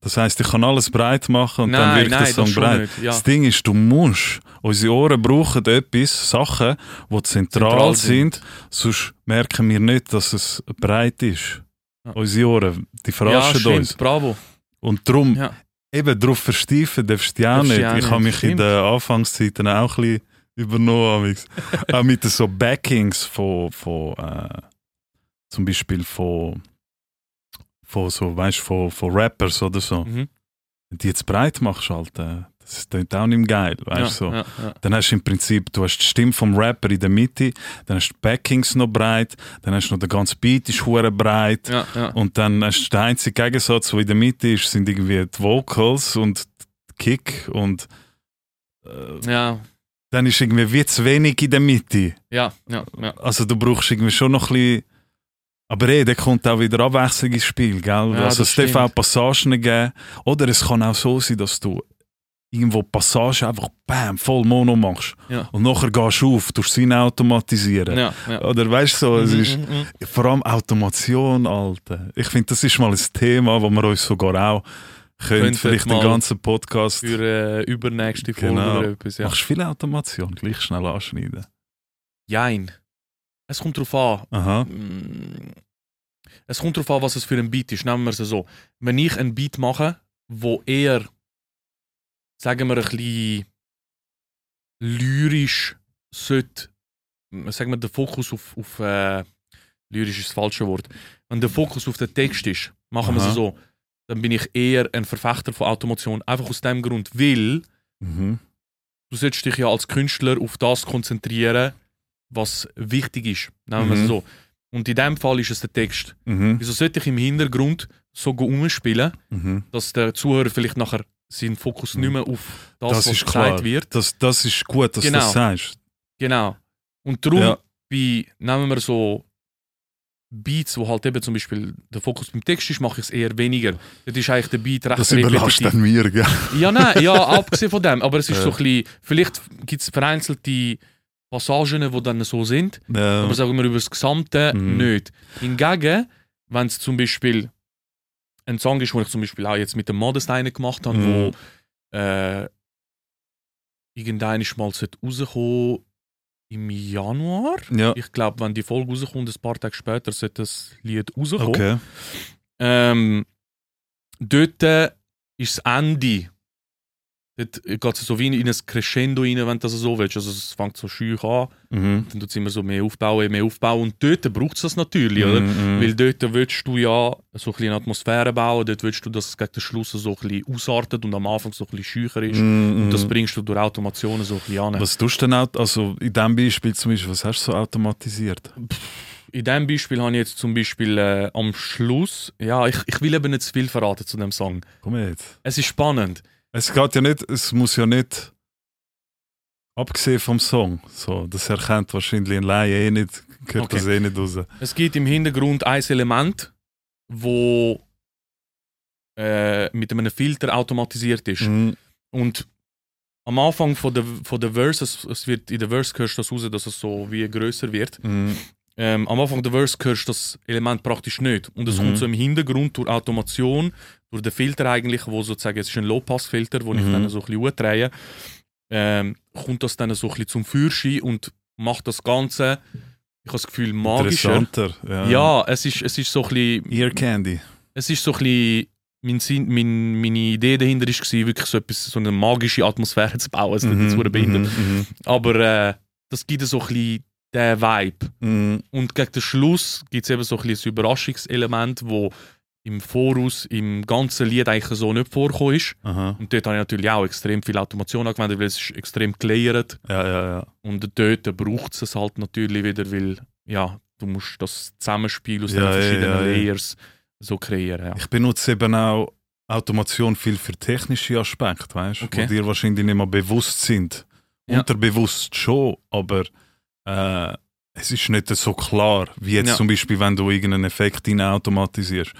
Speaker 1: Das heißt, ich kann alles breit machen und dann
Speaker 2: nein,
Speaker 1: wirkt
Speaker 2: nein,
Speaker 1: der Song
Speaker 2: schon
Speaker 1: breit.
Speaker 2: nicht. Ja.
Speaker 1: Das Ding ist, du musst. Unsere Ohren brauchen etwas, Sachen, die zentral,
Speaker 2: Zentral
Speaker 1: sind.
Speaker 2: sind.
Speaker 1: sonst merken wir nicht, dass es breit ist.
Speaker 2: Ja.
Speaker 1: Unsere Ohren, die
Speaker 2: ja,
Speaker 1: verarschen
Speaker 2: stimmt,
Speaker 1: uns.
Speaker 2: bravo.
Speaker 1: Und darum,
Speaker 2: Ja.
Speaker 1: eben darauf versteifen darfst du ja auch
Speaker 2: Darfst du
Speaker 1: nicht.
Speaker 2: ja auch
Speaker 1: Ich habe
Speaker 2: nicht,
Speaker 1: mich in
Speaker 2: stimmt.
Speaker 1: den Anfangszeiten auch ein bisschen übernommen. amigs. auch mit so Backings von, von äh, zum Beispiel von, von so, weißt, von, von Rappers oder so.
Speaker 2: Mhm.
Speaker 1: Wenn du jetzt breit machst, halt, äh, das klingt auch nicht mehr geil, weißt
Speaker 2: ja,
Speaker 1: so.
Speaker 2: ja, ja.
Speaker 1: Dann hast du im Prinzip, du hast die Stimme vom Rapper in der Mitte, dann hast du die Backings noch breit, dann hast du noch den ganzen Beat ist hure breit
Speaker 2: Ja, ja.
Speaker 1: und dann hast du den einzigen Gegensatz, der in der Mitte ist, sind irgendwie die Vocals und die Kick und äh,
Speaker 2: Ja,
Speaker 1: dann ist irgendwie wie zu wenig in der Mitte.
Speaker 2: ja, ja, ja.
Speaker 1: Also du brauchst irgendwie schon noch ein bisschen aber eh, da kommt auch wieder Abwechslung ins Spiel, gell?
Speaker 2: Ja,
Speaker 1: also
Speaker 2: das
Speaker 1: es darf
Speaker 2: stimmt.
Speaker 1: auch Passagen geben. Oder es kann auch so sein, dass du irgendwo die Passage einfach bam, voll Mono machst.
Speaker 2: Ja.
Speaker 1: Und nachher gehst du auf, durch Sinn automatisieren.
Speaker 2: ja, ja.
Speaker 1: Oder weißt du so, es ist
Speaker 2: Mhm, mhm, mhm.
Speaker 1: vor allem Automation, Alter. Ich finde, das ist mal ein Thema, wo wir uns sogar auch können,
Speaker 2: Könntet
Speaker 1: vielleicht den
Speaker 2: mal
Speaker 1: ganzen Podcast.
Speaker 2: Für äh, übernächste Folge
Speaker 1: Genau.
Speaker 2: oder etwas, ja.
Speaker 1: Machst du viel Automation, gleich schnell anschneiden.
Speaker 2: Jein. Es kommt drauf an.
Speaker 1: Aha.
Speaker 2: Mm. Es kommt darauf an, was es für ein Beat dus ist. Nehmen wir es so. Wenn ich einen Beat mache, wo eher, sagen wir, ein bisschen lyrisch sollte, mm, sagen wir, der Fokus auf, auf äh, lyrisch ist das falsche Wort, wenn der Fokus auf den Text ist, machen wir
Speaker 1: Aha.
Speaker 2: es so, dann bin ich eher ein Verfechter von Automation. Einfach aus dem Grund, weil
Speaker 1: Mhm.
Speaker 2: du solltest dich ja als Künstler auf das konzentrieren, was wichtig ist. Nehmen wir
Speaker 1: Mhm.
Speaker 2: es so. Und in dem Fall ist es der Text.
Speaker 1: Mhm.
Speaker 2: Wieso sollte ich im Hintergrund so go umspielen,
Speaker 1: Mhm.
Speaker 2: dass der Zuhörer vielleicht nachher seinen Fokus
Speaker 1: Mhm.
Speaker 2: nicht mehr auf das,
Speaker 1: Das
Speaker 2: was
Speaker 1: ist
Speaker 2: gesagt
Speaker 1: klar.
Speaker 2: wird?
Speaker 1: Das, das ist gut, dass du
Speaker 2: Genau.
Speaker 1: das sagst.
Speaker 2: Genau. Und darum,
Speaker 1: Ja.
Speaker 2: bei, nehmen wir so Beats, wo halt eben zum Beispiel der Fokus beim Text ist, mache ich es eher weniger. Das ist eigentlich der Beat recht
Speaker 1: Das überlasst
Speaker 2: repetitiv.
Speaker 1: dann mir, gell?
Speaker 2: Ja, nein, ja, abgesehen von dem. Aber es ist
Speaker 1: Ja.
Speaker 2: so ein bisschen, vielleicht gibt es vereinzelte Passagen, die dann so sind,
Speaker 1: Ja.
Speaker 2: aber sagen wir über das Gesamte
Speaker 1: Mhm.
Speaker 2: nicht. Hingegen, wenn es zum Beispiel ein Song ist, den ich zum Beispiel auch jetzt mit dem Modesteinen gemacht habe,
Speaker 1: Mhm.
Speaker 2: wo äh, irgendein Mal sollte rauskommen im Januar.
Speaker 1: ja.
Speaker 2: Ich glaube, wenn die Folge rauskommt, ein paar Tage später, sollte das Lied rauskommen.
Speaker 1: Okay.
Speaker 2: Ähm, dort äh, ist das Ende. Dort geht es so wie in in ein Crescendo rein, wenn du das so willst. Also es fängt so schüch an,
Speaker 1: Mhm.
Speaker 2: dann tut es immer so mehr aufbauen, mehr aufbauen. Und dort braucht es das natürlich, oder?
Speaker 1: Mhm.
Speaker 2: Weil dort willst du ja so ein bisschen Atmosphäre bauen, dort willst du, dass es gegen den Schluss so ein bisschen ausartet und am Anfang so ein bisschen schücher ist.
Speaker 1: Mhm.
Speaker 2: Und das bringst du durch Automationen so ein bisschen an.
Speaker 1: Was tust du denn auch, also in diesem Beispiel zum Beispiel, was hast du so automatisiert?
Speaker 2: In diesem Beispiel habe ich jetzt zum Beispiel äh, am Schluss, ja, ich, ich will eben nicht zu viel verraten zu dem Song.
Speaker 1: Komm jetzt.
Speaker 2: Es ist spannend.
Speaker 1: Es geht ja nicht, es muss ja nicht, abgesehen vom Song, so, das erkennt wahrscheinlich ein Laie eh nicht, gehört
Speaker 2: Okay.
Speaker 1: das eh nicht raus.
Speaker 2: Es gibt im Hintergrund ein Element, wo äh, mit einem Filter automatisiert ist.
Speaker 1: Mhm.
Speaker 2: Und am Anfang von der, von der Verse, es, es wird in der Verse hörst du das raus, dass es so wie größer wird.
Speaker 1: Mhm.
Speaker 2: Ähm, am Anfang der Verse hörst du das Element praktisch nicht. Und es
Speaker 1: Mhm.
Speaker 2: kommt so im Hintergrund durch Automation, durch den Filter eigentlich, wo sozusagen, es ist ein Low-Pass-Filter, wo ich
Speaker 1: Mhm.
Speaker 2: dann so ein bisschen hochdrehe, ähm, kommt das dann so ein bisschen zum Fürschein und macht das Ganze, ich habe das Gefühl, magischer.
Speaker 1: Interessanter. Ja.
Speaker 2: Ja, es ist, es ist so ein bisschen,
Speaker 1: Ear Candy.
Speaker 2: es ist so ein bisschen mein Sinn, mein, meine Idee dahinter war, wirklich so, etwas, so eine magische Atmosphäre zu bauen. Es mhm.
Speaker 1: Mhm,
Speaker 2: wurde behindert.
Speaker 1: mhm,
Speaker 2: Aber äh, das gibt so ein bisschen den Vibe.
Speaker 1: mhm. Mhm.
Speaker 2: Und gegen den Schluss gibt es eben so ein bisschen ein Überraschungselement, wo im Voraus, im ganzen Lied eigentlich so nicht vorgekommen ist.
Speaker 1: Aha.
Speaker 2: Und dort habe ich natürlich auch extrem viel Automation angewendet, weil es ist extrem gelayert.
Speaker 1: Ja, ja, ja.
Speaker 2: Und dort braucht es halt natürlich wieder, weil ja, du musst das Zusammenspiel aus
Speaker 1: Ja,
Speaker 2: den
Speaker 1: ja,
Speaker 2: verschiedenen
Speaker 1: ja, ja.
Speaker 2: Layers so kreieren. Ja.
Speaker 1: Ich benutze eben auch Automation viel für technische Aspekte, weißt du,
Speaker 2: Okay.
Speaker 1: die dir wahrscheinlich nicht mal bewusst sind.
Speaker 2: Ja.
Speaker 1: Unterbewusst schon, aber äh, es ist nicht so klar, wie jetzt
Speaker 2: Ja.
Speaker 1: zum Beispiel, wenn du irgendeinen Effekt hinein automatisierst.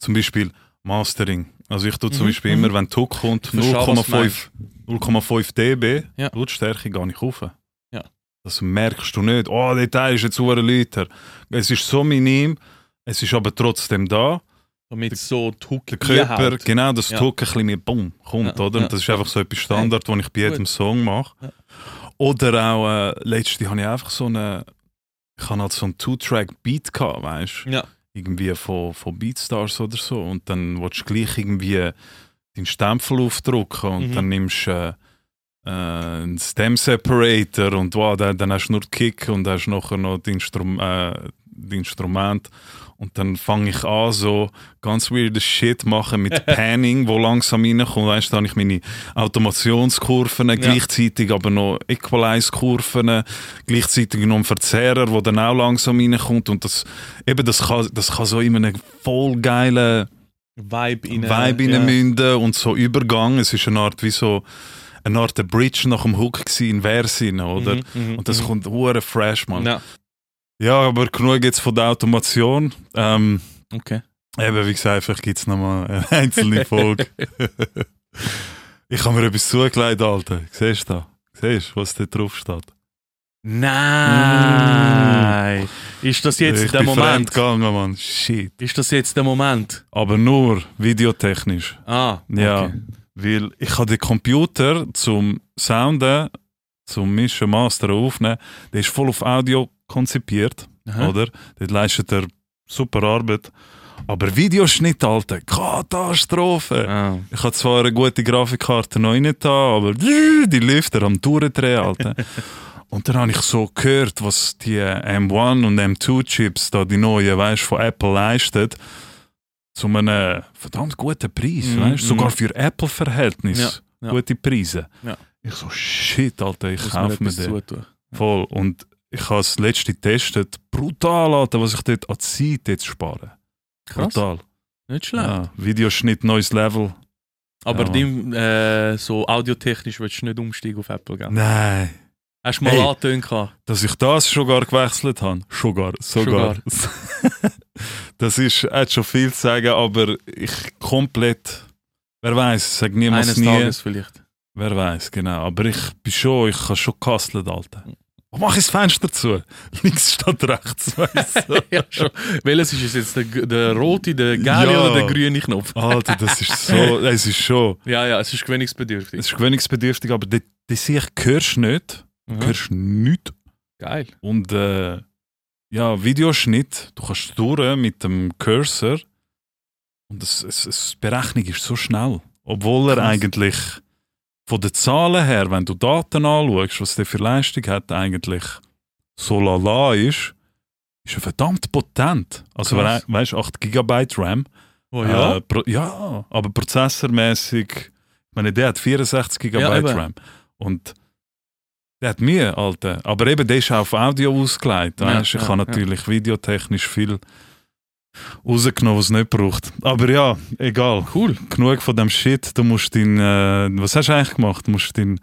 Speaker 1: Zum Beispiel Mastering. Also ich tue zum
Speaker 2: Mhm,
Speaker 1: Beispiel
Speaker 2: mhm.
Speaker 1: immer, wenn Tuck kommt,
Speaker 2: Ich verstehe, was du
Speaker 1: 0,5 0,5 dB,
Speaker 2: Ja.
Speaker 1: Lautstärke gar nicht rauf.
Speaker 2: Ja.
Speaker 1: Das merkst du nicht. Oh, der Teil ist jetzt super Liter. Es ist so minim, es ist aber trotzdem da.
Speaker 2: Damit es so die Hook
Speaker 1: Der Körper,
Speaker 2: einhält.
Speaker 1: genau, dass
Speaker 2: Ja.
Speaker 1: die Hook ein bisschen mehr bumm kommt,
Speaker 2: Ja,
Speaker 1: oder?
Speaker 2: ja.
Speaker 1: Und das ist einfach so etwas Standard, das ich bei jedem
Speaker 2: Gut.
Speaker 1: Song mache.
Speaker 2: Ja.
Speaker 1: Oder auch, äh, letzte habe ich einfach so eine, ich habe halt so einen Two-Track-Beat gehabt, weißt du?
Speaker 2: Ja.
Speaker 1: Irgendwie von, von Beatstars oder so. Und dann willst du gleich irgendwie deinen Stempel aufdrucken und
Speaker 2: Mhm.
Speaker 1: dann nimmst du äh, äh, einen Stem Separator und wow, dann, dann hast du nur den Kick und hast nachher noch die, Instrum äh, die Instrument. Und dann fange ich an, so ganz weirdes Shit machen mit Panning, wo langsam reinkommt. Weißt du, da habe ich meine Automationskurven, gleichzeitig aber noch Equalize-Kurven, gleichzeitig noch einen Verzerrer, der dann auch langsam reinkommt. Und das, eben, das, kann, das kann so in einem voll geilen
Speaker 2: Vibe in
Speaker 1: Vibe
Speaker 2: ja.
Speaker 1: reinmünden und so Übergang. Es ist eine Art wie so eine Art der Bridge nach dem Hook gewesen, in Vers rein, oder?
Speaker 2: Mhm, mhm,
Speaker 1: Und das
Speaker 2: mhm.
Speaker 1: kommt hure fresh, man. Ja.
Speaker 2: Ja,
Speaker 1: aber genug jetzt von der Automation. Ähm,
Speaker 2: okay.
Speaker 1: eben, wie gesagt, vielleicht gibt es nochmal eine einzelne Folge. ich habe mir etwas zugelegt, Alter. Siehst du da? Siehst du, was da drauf steht?
Speaker 2: Nein! Ist das jetzt
Speaker 1: ich
Speaker 2: der
Speaker 1: bin
Speaker 2: Moment?
Speaker 1: gegangen, Mann. Shit.
Speaker 2: Ist das jetzt der Moment?
Speaker 1: Aber nur videotechnisch.
Speaker 2: Ah, okay.
Speaker 1: Ja, weil ich habe den Computer zum Sounden, zum Mischen, Mastern, Aufnehmen, der ist voll auf Audio konzipiert,
Speaker 2: Aha.
Speaker 1: oder? Dort leistet er super Arbeit. Aber Videoschnitt, Alter, Katastrophe!
Speaker 2: Ah.
Speaker 1: Ich habe zwar eine gute Grafikkarte noch nicht da, aber die Lüfter am Durchdrehen, Alter. Und dann habe ich so gehört, was die M1 und M2-Chips, da die neuen, weißt von Apple leisten, zu einem verdammt guten Preis,
Speaker 2: Mhm,
Speaker 1: weißt sogar
Speaker 2: mhm.
Speaker 1: für Apple-Verhältnis.
Speaker 2: Ja, ja.
Speaker 1: Gute Preise.
Speaker 2: Ja.
Speaker 1: Ich so, shit, Alter, ich
Speaker 2: Muss man
Speaker 1: kaufe mir
Speaker 2: etwas
Speaker 1: den.
Speaker 2: zutun.
Speaker 1: Voll. Und ich habe das letzte getestet. Brutal, Alter, was ich dort an Zeit jetzt spare.
Speaker 2: Krass.
Speaker 1: Brutal.
Speaker 2: Nicht schlecht.
Speaker 1: Ja, Videoschnitt, neues Level.
Speaker 2: Aber
Speaker 1: Ja,
Speaker 2: dem, äh, so audiotechnisch willst du nicht umsteigen auf Apple, gell?
Speaker 1: Nein.
Speaker 2: Hast du mal
Speaker 1: Hey.
Speaker 2: angetönt gehabt?
Speaker 1: dass ich das schon gar gewechselt habe. Schon gar, sogar. das ist hat schon viel zu sagen, aber ich komplett. Wer weiß, sag niemals
Speaker 2: Eines
Speaker 1: nie.
Speaker 2: Tages vielleicht.
Speaker 1: Wer weiß, genau. Aber ich bin schon, ich habe schon gehustelt, Alter. Oh, mach ich das Fenster zu. Links statt rechts, weißt du?
Speaker 2: ja, schon. Welches ist es jetzt? Der, g- der rote, der gelbe
Speaker 1: Ja.
Speaker 2: oder der grüne Knopf?
Speaker 1: Alter, das ist so, es ist schon.
Speaker 2: Ja, ja, es ist gewöhnungsbedürftig.
Speaker 1: Es ist gewöhnungsbedürftig, aber die, die sich hörst du nicht.
Speaker 2: Mhm.
Speaker 1: Du hörst nichts.
Speaker 2: Geil.
Speaker 1: Und äh, ja, Videoschnitt, du kannst durch mit dem Cursor und es, es, es, die Berechnung ist so schnell. Obwohl er
Speaker 2: Krass.
Speaker 1: eigentlich von den Zahlen her, wenn du Daten anschaust, was der für Leistung hat, eigentlich so lala ist, ist er verdammt potent. Also,
Speaker 2: Krass.
Speaker 1: weißt du, 8 GB RAM.
Speaker 2: Oh ja?
Speaker 1: Äh, pro, ja, aber prozessormäßig, ich meine, der hat 64 GB
Speaker 2: Ja, eben.
Speaker 1: RAM. Und der hat mir, Alter. Aber eben, der ist auch auf Audio ausgelegt.
Speaker 2: Ja,
Speaker 1: weißt? Ich
Speaker 2: ja,
Speaker 1: habe
Speaker 2: ja.
Speaker 1: natürlich videotechnisch viel rausgenommen, was es nicht braucht. Aber ja, egal. Cool. Genug von dem Shit. Du musst dein, äh, was hast du eigentlich gemacht? Du musst deinen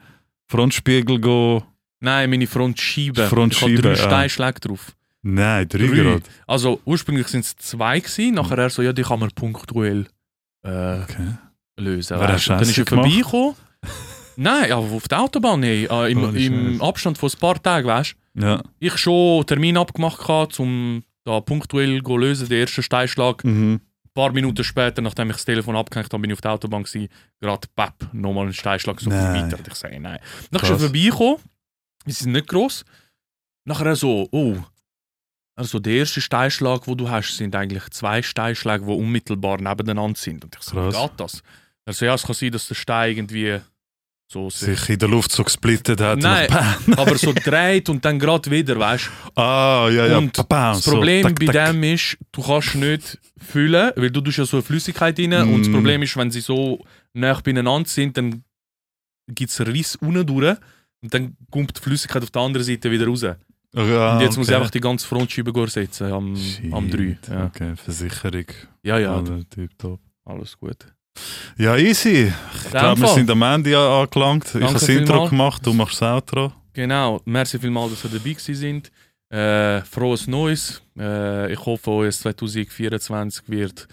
Speaker 1: Frontspiegel gehen.
Speaker 2: Nein, meine Frontscheibe.
Speaker 1: Frontscheibe,
Speaker 2: ich habe drei
Speaker 1: ja.
Speaker 2: Steinschläge drauf.
Speaker 1: Nein, drei
Speaker 2: Drei.
Speaker 1: Grad.
Speaker 2: Also ursprünglich sind es zwei gewesen, nachher er so, ja, die kann man punktuell äh,
Speaker 1: Okay.
Speaker 2: lösen.
Speaker 1: Wer hat
Speaker 2: weißt du. Dann ist
Speaker 1: Scheiße
Speaker 2: er
Speaker 1: gemacht?
Speaker 2: vorbeigekommen. Nein, aber auf der Autobahn nicht. Äh, im,
Speaker 1: Oh, die
Speaker 2: Im
Speaker 1: Scheiße.
Speaker 2: Abstand von ein paar Tagen, weißt du.
Speaker 1: Ja.
Speaker 2: Ich schon Termin abgemacht gehabt, um da punktuell zu lösen, den ersten Steinschlag.
Speaker 1: Mhm.
Speaker 2: Ein paar Minuten später, nachdem ich das Telefon abgehängt habe, bin ich auf der Autobahn gewesen, gerade Pep, nochmal einen Steinschlag, so viel
Speaker 1: Nein.
Speaker 2: weiter. Und ich sage, nein. Nachher ist
Speaker 1: Krass.
Speaker 2: er vorbeigekommen, wir sind nicht gross. Nachher so, oh, also der erste Steinschlag, den du hast, sind eigentlich zwei Steinschläge, die unmittelbar nebeneinander sind. Und ich so, wie
Speaker 1: Krass.
Speaker 2: geht das? Er so, ja, es kann sein, dass der Stein irgendwie so sich,
Speaker 1: Sich in der Luft so gesplittet hat.
Speaker 2: Nein.
Speaker 1: Und-
Speaker 2: aber so dreht und dann gerade wieder, weißt du.
Speaker 1: Ah, ja, ja.
Speaker 2: Und
Speaker 1: Papa,
Speaker 2: Das
Speaker 1: so,
Speaker 2: Problem
Speaker 1: tak,
Speaker 2: bei
Speaker 1: tak.
Speaker 2: dem ist, du kannst nicht füllen, weil du tust ja so eine Flüssigkeit rein und das
Speaker 1: Mm.
Speaker 2: Problem ist, wenn sie so nah beieinander sind, dann gibt es Riss unten durch und dann kommt die Flüssigkeit auf der anderen Seite wieder raus. Und
Speaker 1: Ja,
Speaker 2: jetzt muss ich
Speaker 1: Ah, okay.
Speaker 2: einfach die ganze Frontscheibe gehen setzen am,
Speaker 1: Shit,
Speaker 2: am 3. Ja,
Speaker 1: Okay, Versicherung.
Speaker 2: ja, ja
Speaker 1: Alter, tipptopp.
Speaker 2: alles gut.
Speaker 1: Ja, easy. Ich glaube, wir sind am Ende an- angelangt. ich
Speaker 2: Danke
Speaker 1: habe das Intro
Speaker 2: vielmals.
Speaker 1: gemacht, du machst das Outro.
Speaker 2: Genau, merci vielmals, dass ihr dabei gewesen sind. Äh, frohes Neues. Äh, ich hoffe, euer 2024 wird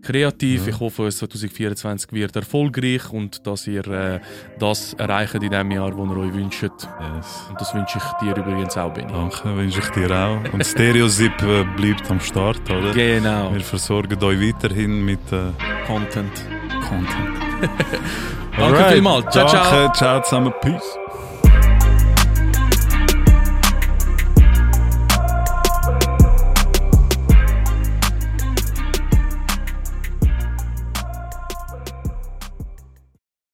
Speaker 2: kreativ.
Speaker 3: Ja.
Speaker 2: Ich hoffe, 2024 wird erfolgreich und dass ihr äh, das erreicht in dem Jahr, das ihr euch wünscht.
Speaker 1: Yes.
Speaker 2: Und das wünsche ich dir übrigens auch, Benny.
Speaker 1: Danke, wünsche ich dir auch. Und Stereosip äh, bleibt am Start, oder?
Speaker 2: Genau.
Speaker 1: Wir versorgen euch weiterhin mit äh,
Speaker 2: Content.
Speaker 1: Content.
Speaker 2: Danke vielmals. Ciao, ciao.
Speaker 1: Danke, ciao zusammen. Peace.